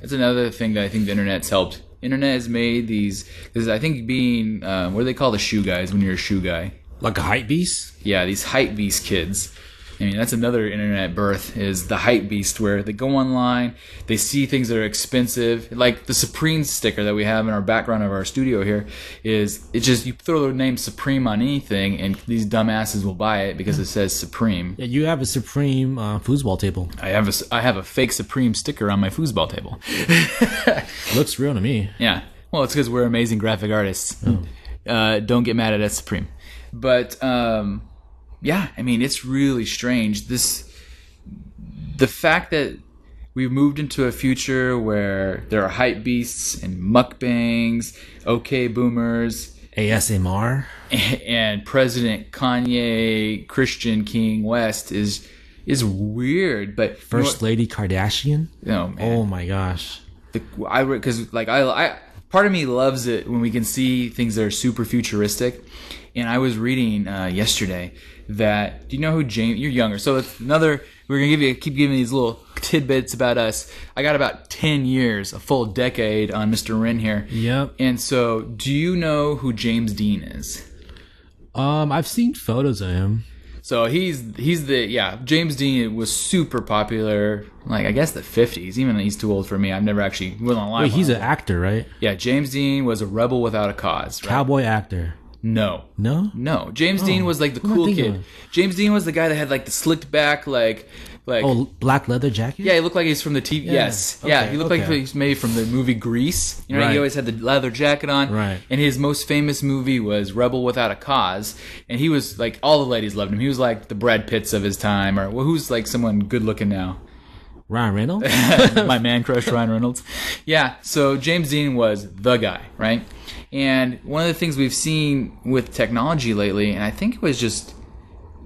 That's another thing that I think the internet's helped. Internet has made these because I think being um, what do they call the shoe guys when you're a shoe guy?
Like a hype beast.
Yeah, these hype beast kids. I mean, that's another internet birth is the hype beast where they go online, they see things that are expensive, like the Supreme sticker that we have in our background of our studio here. Is it's just you throw the name Supreme on anything, and these dumbasses will buy it because it says Supreme.
Yeah, you have a supreme uh, foosball table.
I have a s- I have a fake Supreme sticker on my foosball table.
Looks real to me.
Yeah. Well, it's because we're amazing graphic artists. Uh, don't get mad at us, Supreme. But um, yeah, I mean, it's really strange. This, the fact that we've moved into a future where there are hype beasts and mukbangs, okay boomers,
ASMR.
and President Kanye Christian King West is is weird. But
First Lady Kardashian.
you know, oh man,
Oh my gosh.
the, I because like I, I part of me loves it when we can see things that are super futuristic. And I was reading uh, yesterday that do you know who James? You're younger, so it's another. We're gonna give you keep giving these little tidbits about us. I got about ten years, a full decade on Mr. Wren here.
Yep.
And so, do you know who James Dean is?
Um, I've seen photos of him.
So he's he's the yeah James Dean was super popular like I guess the fifties even he's too old for me I've never actually went online
Wait, he's an actor, right?
Yeah, James Dean was a rebel without a cause. Right?
Cowboy actor.
No.
No.
No. James Dean was like the
am I
cool
Oh, thinking
kid.
of?
James Dean was the guy that had like the slicked back like like
Oh, black leather jacket.
yeah, he looked like he's from the TV. Yes, yeah,
okay,
he looked like
okay.
he's maybe from the movie Grease. You know,
Right.
he always had the leather jacket on.
Right.
And his most famous movie was Rebel Without a Cause, and he was like all the ladies loved him. He was like the Brad Pitts of his time, or well, who's like someone good looking now?
Ryan Reynolds.
my man crush Ryan Reynolds. Yeah, so James Dean was the guy, right? And one of the things we've seen with technology lately, and I think it was just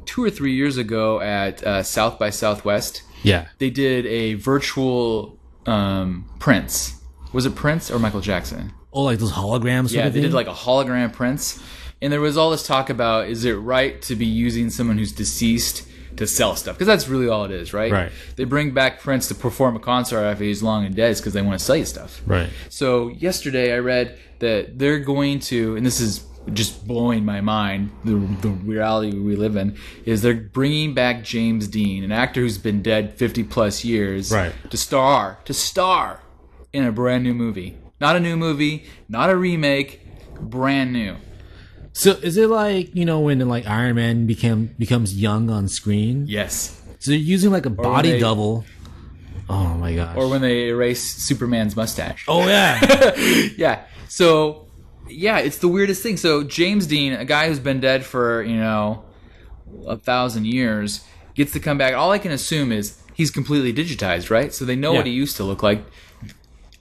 two or three years ago at uh, South by Southwest,
yeah.
they did a virtual um, Prince. Was it Prince or Michael Jackson?
Oh, like those holograms. Sort
Yeah,
of
they did
thing?
like a hologram Prince. And there was all this talk about is it right to be using someone who's deceased to sell stuff? Because that's really all it is, right?
Right.
They bring back Prince to perform a concert after he's long and dead because they want to sell you stuff.
Right.
So yesterday I read that they're going to, and this is just blowing my mind. The, the reality we live in is they're bringing back James Dean, an actor who's been dead fifty plus years,
Right.
to star to star in a brand new movie. Not a new movie, not a remake, brand new.
So is it like you know when like Iron Man became becomes young on screen?
Yes.
So they're using like a body
they-
double. Oh my gosh.
Or when they erase Superman's mustache.
oh yeah.
yeah. So, yeah, it's the weirdest thing. So James Dean, a guy who's been dead for you know a thousand years, gets to come back. All I can assume is he's completely digitized, right? So they know what
Yeah.
he used to look like.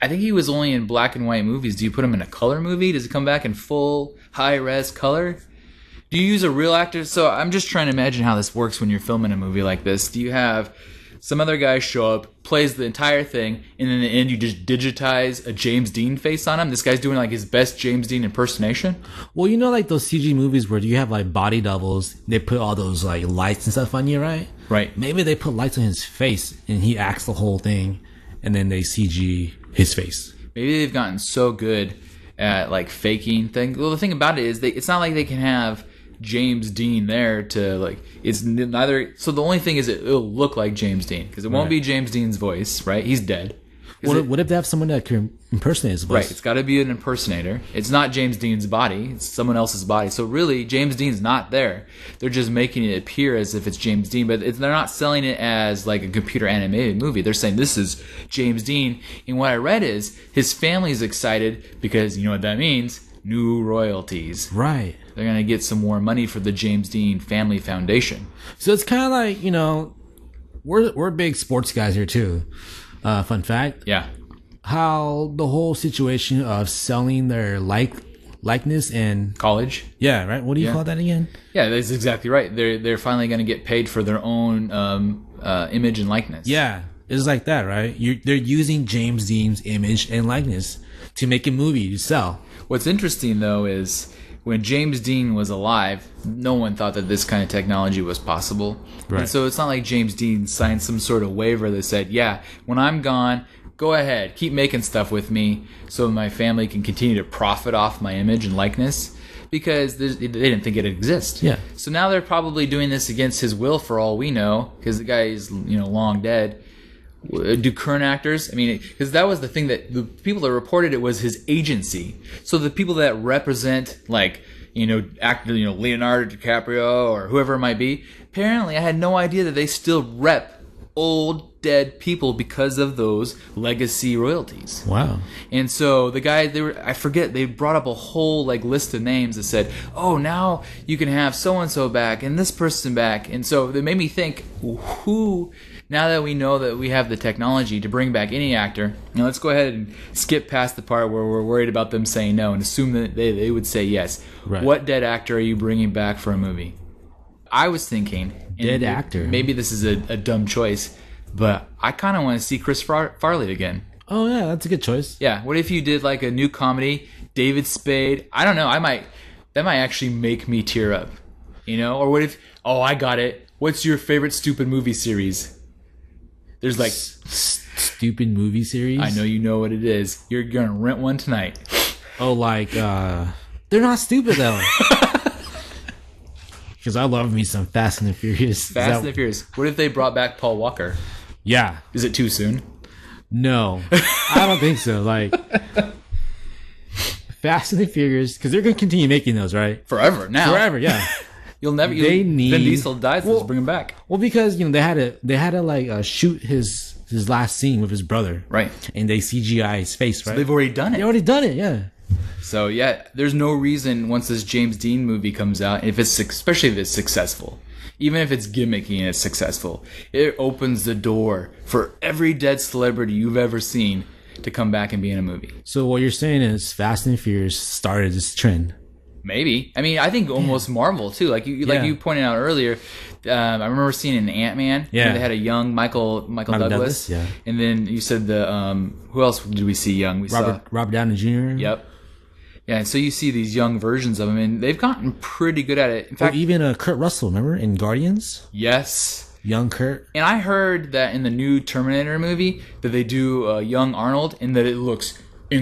I think he was only in black and white movies. Do you put him in a color movie? Does it come back in full high res color? Do you use a real actor? So I'm just trying to imagine how this works when you're filming a movie like this. Do you have some other guy show up, plays the entire thing, and in the end you just digitize a James Dean face on him? This guy's doing like his best James Dean impersonation.
well, you know like those CG movies where you have like body doubles. They put all those like lights and stuff on you, right?
Right.
Maybe they put lights on his face and he acts the whole thing, and then they CG his face.
Maybe they've gotten so good at like faking things. Well, the thing about it is, they, it's not like they can have James Dean there to like. It's n- neither. So the only thing is, it, it'll look like James Dean because it won't be James Dean's voice, right? He's dead. 'Cause
What,
it-
if- what if they have someone that can impersonate his voice?
Right. It's got to be an impersonator. It's not James Dean's body. It's someone else's body. So really, James Dean's not there. They're just making it appear as if it's James Dean, but it's, they're not selling it as like a computer animated movie. They're saying this is James Dean. And what I read is his family's excited because you know what that means. New royalties.
Right.
They're gonna get some more money for the James Dean Family Foundation.
So it's kind of like you know, we're we're big sports guys here too. Uh, fun fact:
Yeah.
how the whole situation of selling their like likeness and
College.
yeah, right. What do you call that again?
Yeah, that's exactly right. They're they're finally gonna get paid for their own um, uh, image and likeness.
Yeah, it's like that, right? You they're using James Dean's image and likeness to make a movie to sell.
What's interesting though is when James Dean was alive, no one thought that this kind of technology was possible.
Right.
And so it's not like James Dean signed some sort of waiver that said, "Yeah, when I'm gone, go ahead, keep making stuff with me, so my family can continue to profit off my image and likeness." Because there's- they didn't think it exists.
Yeah.
So now they're probably doing this against his will, for all we know, because the guy is you know long dead. Uh, do current actors i mean because that was the thing that the people that reported it was his agency so the people that represent like you know actor you know leonardo dicaprio or whoever it might be apparently i had no idea that they still rep old dead people because of those legacy royalties
Wow.
and so the guy they were I forget they brought up a whole like list of names that said, "Oh, now you can have so and so back and this person back." And so it made me think, who now that we know that we have the technology to bring back any actor, now let's go ahead and skip past the part where we're worried about them saying no and assume that they, they would say yes.
Right.
What dead actor are you bringing back for a movie? I was thinking, and
Dead
may-
actor.
Maybe this is a, a dumb choice, but I kind of want to see Chris Far- Farley again.
Oh yeah, that's a good choice.
Yeah. What if you did like a new comedy, David Spade? I don't know. I might. That might actually make me tear up. You know. Or what if? Oh, I got it. What's your favorite stupid movie series? There's like.
S- Stupid movie series.
I know you know what it is. You're gonna rent one tonight.
Oh, like uh they're not stupid though. Because I love me some Fast and the Furious. Is
Fast
that-
and the Furious. What if they brought back Paul Walker?
yeah.
Is it too soon?
No, I don't think so. Like Fast and the Furious, because they're gonna continue making those, right?
Forever now.
Forever, yeah.
You'll never. You'll,
They
Vin
need-
Diesel dies.
Well-
let's bring him back.
Well, because you know they had to they had to like uh, shoot his his last scene with his brother,
Right.
And they CGI his face, right?
They've already done
they
it.
already done it, yeah.
So yeah, there's no reason once this James Dean movie comes out, if it's especially if it's successful, even if it's gimmicky and it's successful, it opens the door for every dead celebrity you've ever seen to come back and be in a movie.
So what you're saying is Fast and Furious started this trend.
Maybe. I mean, I think almost Marvel too. Like you, like
Yeah.
you pointed out earlier. Um, I remember seeing an Ant Man.
Yeah.
they had a young Michael Michael
Michael
Douglas.
Douglas, yeah.
And then you said the um, who else did we see young? We
Robert
saw
Robert Downey Jr.
Uh. yep. Yeah, and so you see these young versions of them, and they've gotten pretty good at it. In
Or
fact,
even uh, Kurt Russell, remember in Guardians,
yes.
young Kurt.
And I heard that in the new Terminator movie that they do uh, young Arnold and that it looks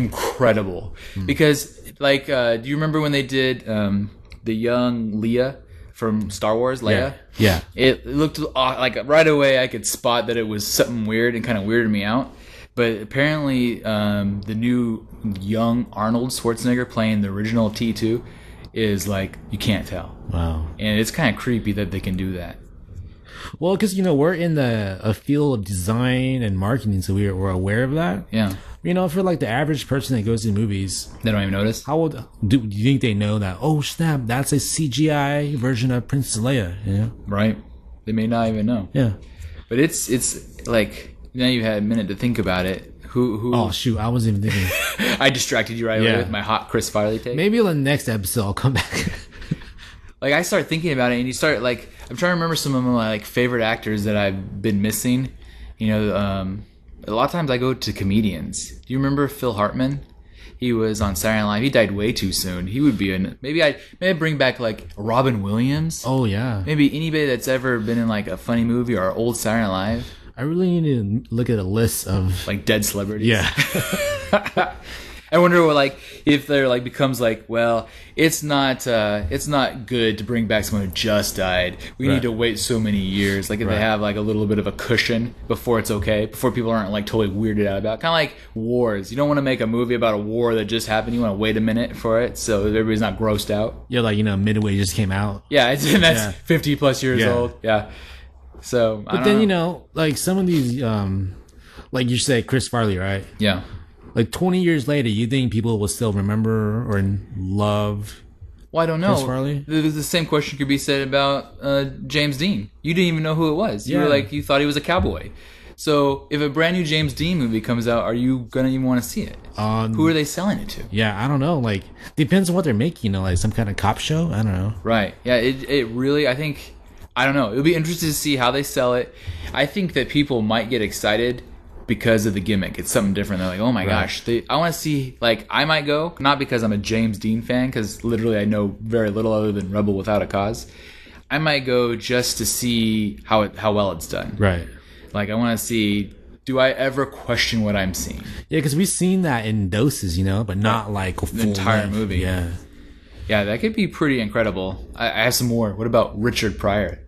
incredible because like uh, do you remember when they did um, the young Leia from Star Wars Leia?
Yeah.
It looked aw- like right away I could spot that it was something weird and kind of weirded me out. But apparently, um, the new young Arnold Schwarzenegger playing the original T2 is like, you can't tell.
Wow.
And it's kind of creepy that they can do that.
Well, because you know we're in the a field of design and marketing, so we're, we're aware of that.
Yeah.
You know, for like the average person that goes to movies,
They don't even notice.
how would do, do you think they know that? Oh snap, that's a CGI version of Princess Leia. You know?
Right. They may not even know.
Yeah.
But it's it's like now you had a minute to think about it. Who who
Oh shoot, I wasn't even thinking.
I distracted you right away
Yeah.
with my hot Chris Farley take.
Maybe on the next episode I'll come back.
Like I start thinking about it and you start like I'm trying to remember some of my like favorite actors that I've been missing. You know, um a lot of times I go to comedians. Do you remember Phil Hartman? He was on Saturday Night Live. He died way too soon. He would be in maybe I maybe I'd bring back like Robin Williams.
oh yeah,
Maybe anybody that's ever been in like a funny movie or old Saturday Night Live,
I really need to look at a list of
like dead celebrities.
yeah.
I wonder what like if there like becomes like well it's not uh it's not good to bring back someone who just died we need
Right.
to wait so many years like if they
Right.
have like a little bit of a cushion before it's okay before people aren't like totally weirded out about kind of like wars you don't want to make a movie about a war that just happened you want to wait a minute for it so everybody's not grossed out
Yeah, like you know, midway just came out.
yeah it's, and that's
Yeah.
50 plus years
Yeah.
old yeah so I
But
don't
then
know.
you know, like some of these, um, like you say, Chris Farley, right?
yeah
Like twenty years later, you think people will still remember or love?
well I don't know
Chris Farley?
the, the same question could be said about uh, James Dean. You didn't even know who it was. You were
Yeah.
like, you thought he was a cowboy. So if a brand new James Dean movie comes out, are you gonna even want to see it?
Um,
who are they selling it to?
Yeah, I don't know. Like depends on what they're making. You know, like some kind of cop show. I don't know.
Right. Yeah. It, it really. I think. I don't know. It'll be interesting to see how they sell it. I think that people might get excited because of the gimmick. It's something different. They're like, oh my gosh, they, I want to see. Like, I might go not because I'm a James Dean fan, because literally I know very little other than Rebel Without a Cause. I might go just to see how it, how well it's done.
Right.
Like, I want to see. Do I ever question what I'm seeing?
Yeah, because we've seen that in doses, you know, but not like a full
entire
length.
movie.
Yeah.
Yeah, that could be pretty incredible. I, I have some more. What about Richard Pryor?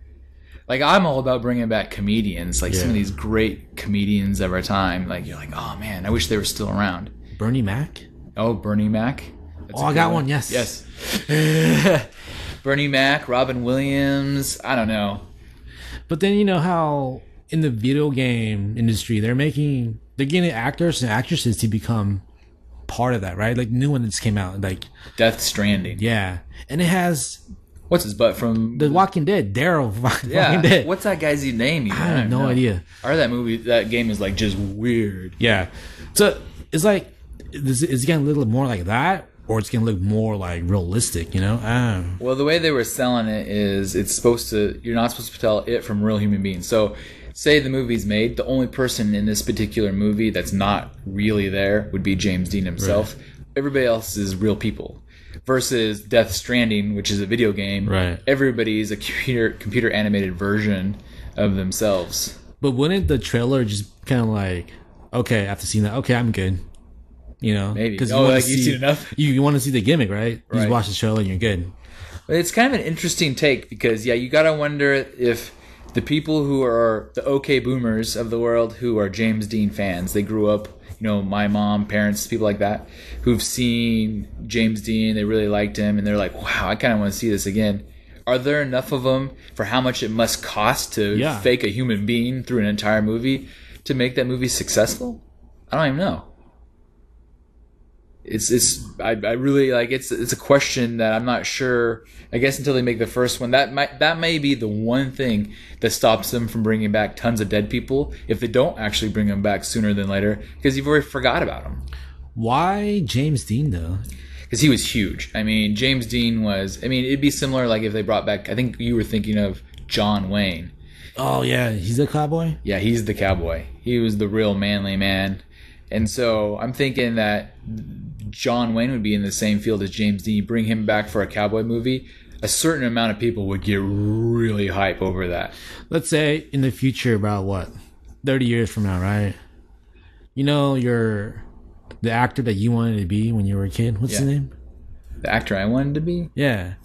Like, I'm all about bringing back comedians, like some of
Yeah.
these great comedians of our time. Like, you're like, oh man, I wish they were still around.
Bernie Mac.
Oh, Bernie Mac. That's a
Oh, I
good
got one, yes.
Yes. Bernie Mac, Robin Williams. I don't know.
But then you know how in the video game industry they're making they're getting actors and actresses to become part of that, right? Like new one that just came out, like
Death Stranding.
yeah, and it has
What's his butt from?
The Walking Dead, Daryl, from Walking
yeah.
Dead.
What's that guy's name? even?
I have no idea.
Or that movie, that game is like just weird.
Yeah, so it's like is, is it getting a little more like that, or it's gonna look more like realistic. You know, ah,
Well, the way they were selling it is it's supposed to you're not supposed to tell it from real human beings. So, say the movie's made, the only person in this particular movie that's not really there would be James Dean himself. Everybody else is real people. Versus Death Stranding, which is a video game.
Right.
Everybody is a computer computer animated version of themselves.
but wouldn't the trailer just kind of like, okay, after seeing that, okay, I'm good. You know,
Maybe.
because
Oh,
you want
like
to
you've
see
seen enough?
You, you want to see the gimmick, right? You
Right.
just watch the trailer and you're good.
But It's kind of an interesting take because yeah, you gotta wonder if the people who are the okay boomers of the world who are James Dean fans, they grew up, you know, my mom, parents, people like that, who've seen James Dean, they really liked him, and they're like, wow, I kind of want to see this again. Are there enough of them for how much it must cost to
Yeah.
fake a human being through an entire movie to make that movie successful? I don't even know it's it's I, I really like it's it's a question that I'm not sure. I guess until they make the first one, that might that may be the one thing that stops them from bringing back tons of dead people if they don't actually bring them back sooner than later because you've already forgot about them
Why James Dean though?
because he was huge. I mean, James Dean was. I mean, it'd be similar like if they brought back. I think you were thinking of John Wayne.
Oh yeah, he's a cowboy.
Yeah, he's the cowboy. He was the real manly man. And so I'm thinking that John Wayne would be in the same field as James Dean. You Bring him back for a cowboy movie. A certain amount of people would get really hype over that.
let's say in the future about what 30 years from now right you know you're the actor that you wanted to be when you were a kid what's his
Yeah.
name
The actor I wanted to be?
yeah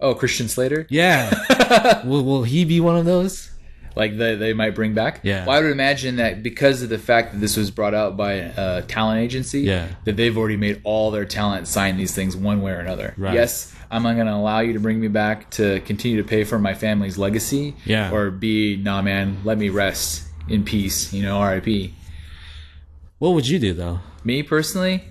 Oh, Christian Slater?
yeah will, will he be one of those
Like they, they might bring back?
Yeah.
Well, I would imagine that because of the fact that this was brought out by a talent agency,
Yeah.
that they've already made all their talent sign these things one way or another.
Right.
Yes, I'm not going to allow you to bring me back to continue to pay for my family's legacy.
Yeah.
Or B, nah, man, let me rest in peace. You know, R.I.P.
what would you do though
Me personally,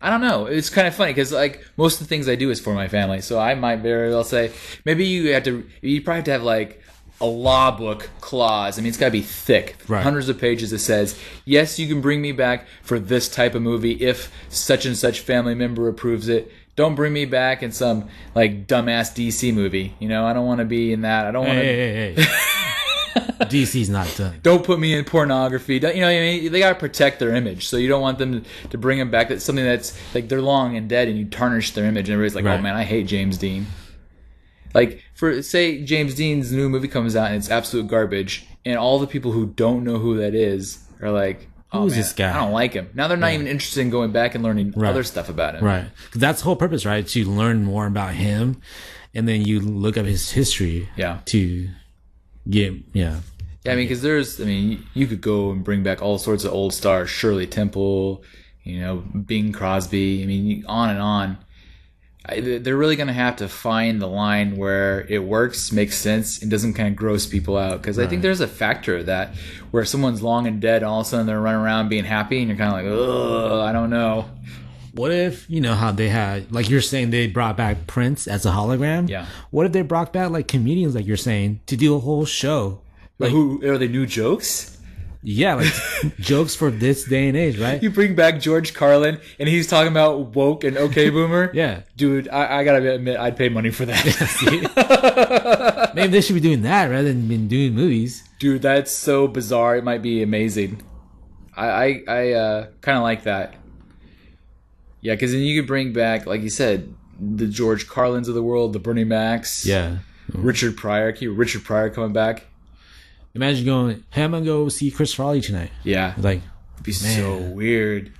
I don't know. It's kind of funny because like most of the things I do is for my family, so I might very well say maybe you have to. You probably have to have like a law book clause. I mean, it's got to be thick,
Right.
hundreds of pages that says yes, you can bring me back for this type of movie if such and such family member approves it. Don't bring me back in some like dumbass DC movie. You know, I don't want to be in that. I don't want to.
hey hey hey, hey. dc's not done
Don't put me in pornography. Don't, you know what I mean? They gotta protect their image, so you don't want them to, to bring them back. That's something that's like they're long and dead, and you tarnish their image. And everybody's like, "Oh
Right.
man, I hate James Dean." Like for say James Dean's new movie comes out and it's absolute garbage, and all the people who don't know who that is are like, "Oh
Who's
man,
this guy?"
I don't like him." Now they're not even interested in going back and learning
Right.
other stuff about him.
right 'Cause that's the whole purpose right to learn more about him and then you look up his history
Yeah.
to get yeah
Yeah, I mean, because there's, I mean, you- you could go and bring back all sorts of old stars, Shirley Temple, you know, Bing Crosby. I mean, you- on and on. I, they- they're really going to have to find the line where it works, makes sense, and doesn't kind of gross people out. Because I think there's a factor of that where someone's long and dead, and all of a sudden they're running around being happy, and you're kind of like, ugh, I don't know.
What if you know how they had like you're saying they brought back Prince as a hologram?
Yeah.
What if they brought back like comedians like you're saying to do a whole show?
Like, who are they new jokes?
Yeah, like jokes for this day and age, right?
You bring back George Carlin, and he's talking about woke and okay boomer.
Yeah.
dude, I, I gotta admit, I'd pay money for that.
Maybe they should be doing that rather than been doing movies.
Dude, that's so bizarre. It might be amazing. I I, I uh, kind of like that. Yeah, because then you could bring back, like you said, the George Carlins of the world, the Bernie Macs.
Yeah.
Richard Pryor. Can you Richard Pryor coming back?
Imagine going, hey, I'm gonna go see Chris Farley tonight.
Yeah,
Like,
It'd be so weird.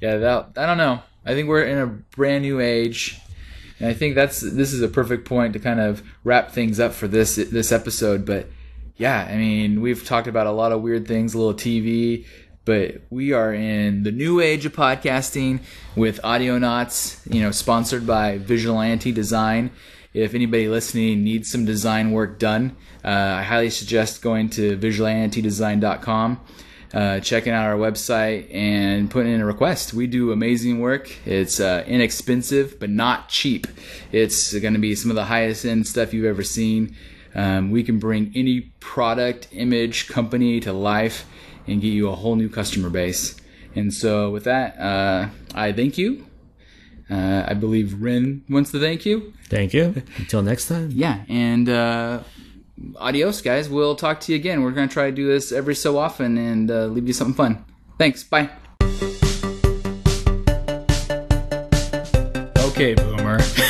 Yeah, that I don't know. I think we're in a brand new age, and I think that's this is a perfect point to kind of wrap things up for this this episode. But yeah, I mean, we've talked about a lot of weird things, a little TV, but we are in the new age of podcasting with Audionauts, you know, sponsored by Vigilante Design. If anybody listening needs some design work done, uh, I highly suggest going to vigilantedesign.com, uh, checking out our website, and putting in a request. We do amazing work. It's uh, inexpensive, but not cheap. It's going to be some of the highest end stuff you've ever seen. Um, we can bring any product, image, company to life and get you a whole new customer base. And so, with that, uh, I thank you. Uh, I believe Rin wants to thank you.
Thank you. Until next time.
Yeah, and uh, adios, guys. We'll talk to you again. We're going to try to do this every so often and uh, leave you something fun. Thanks. Bye. Okay, Boomer.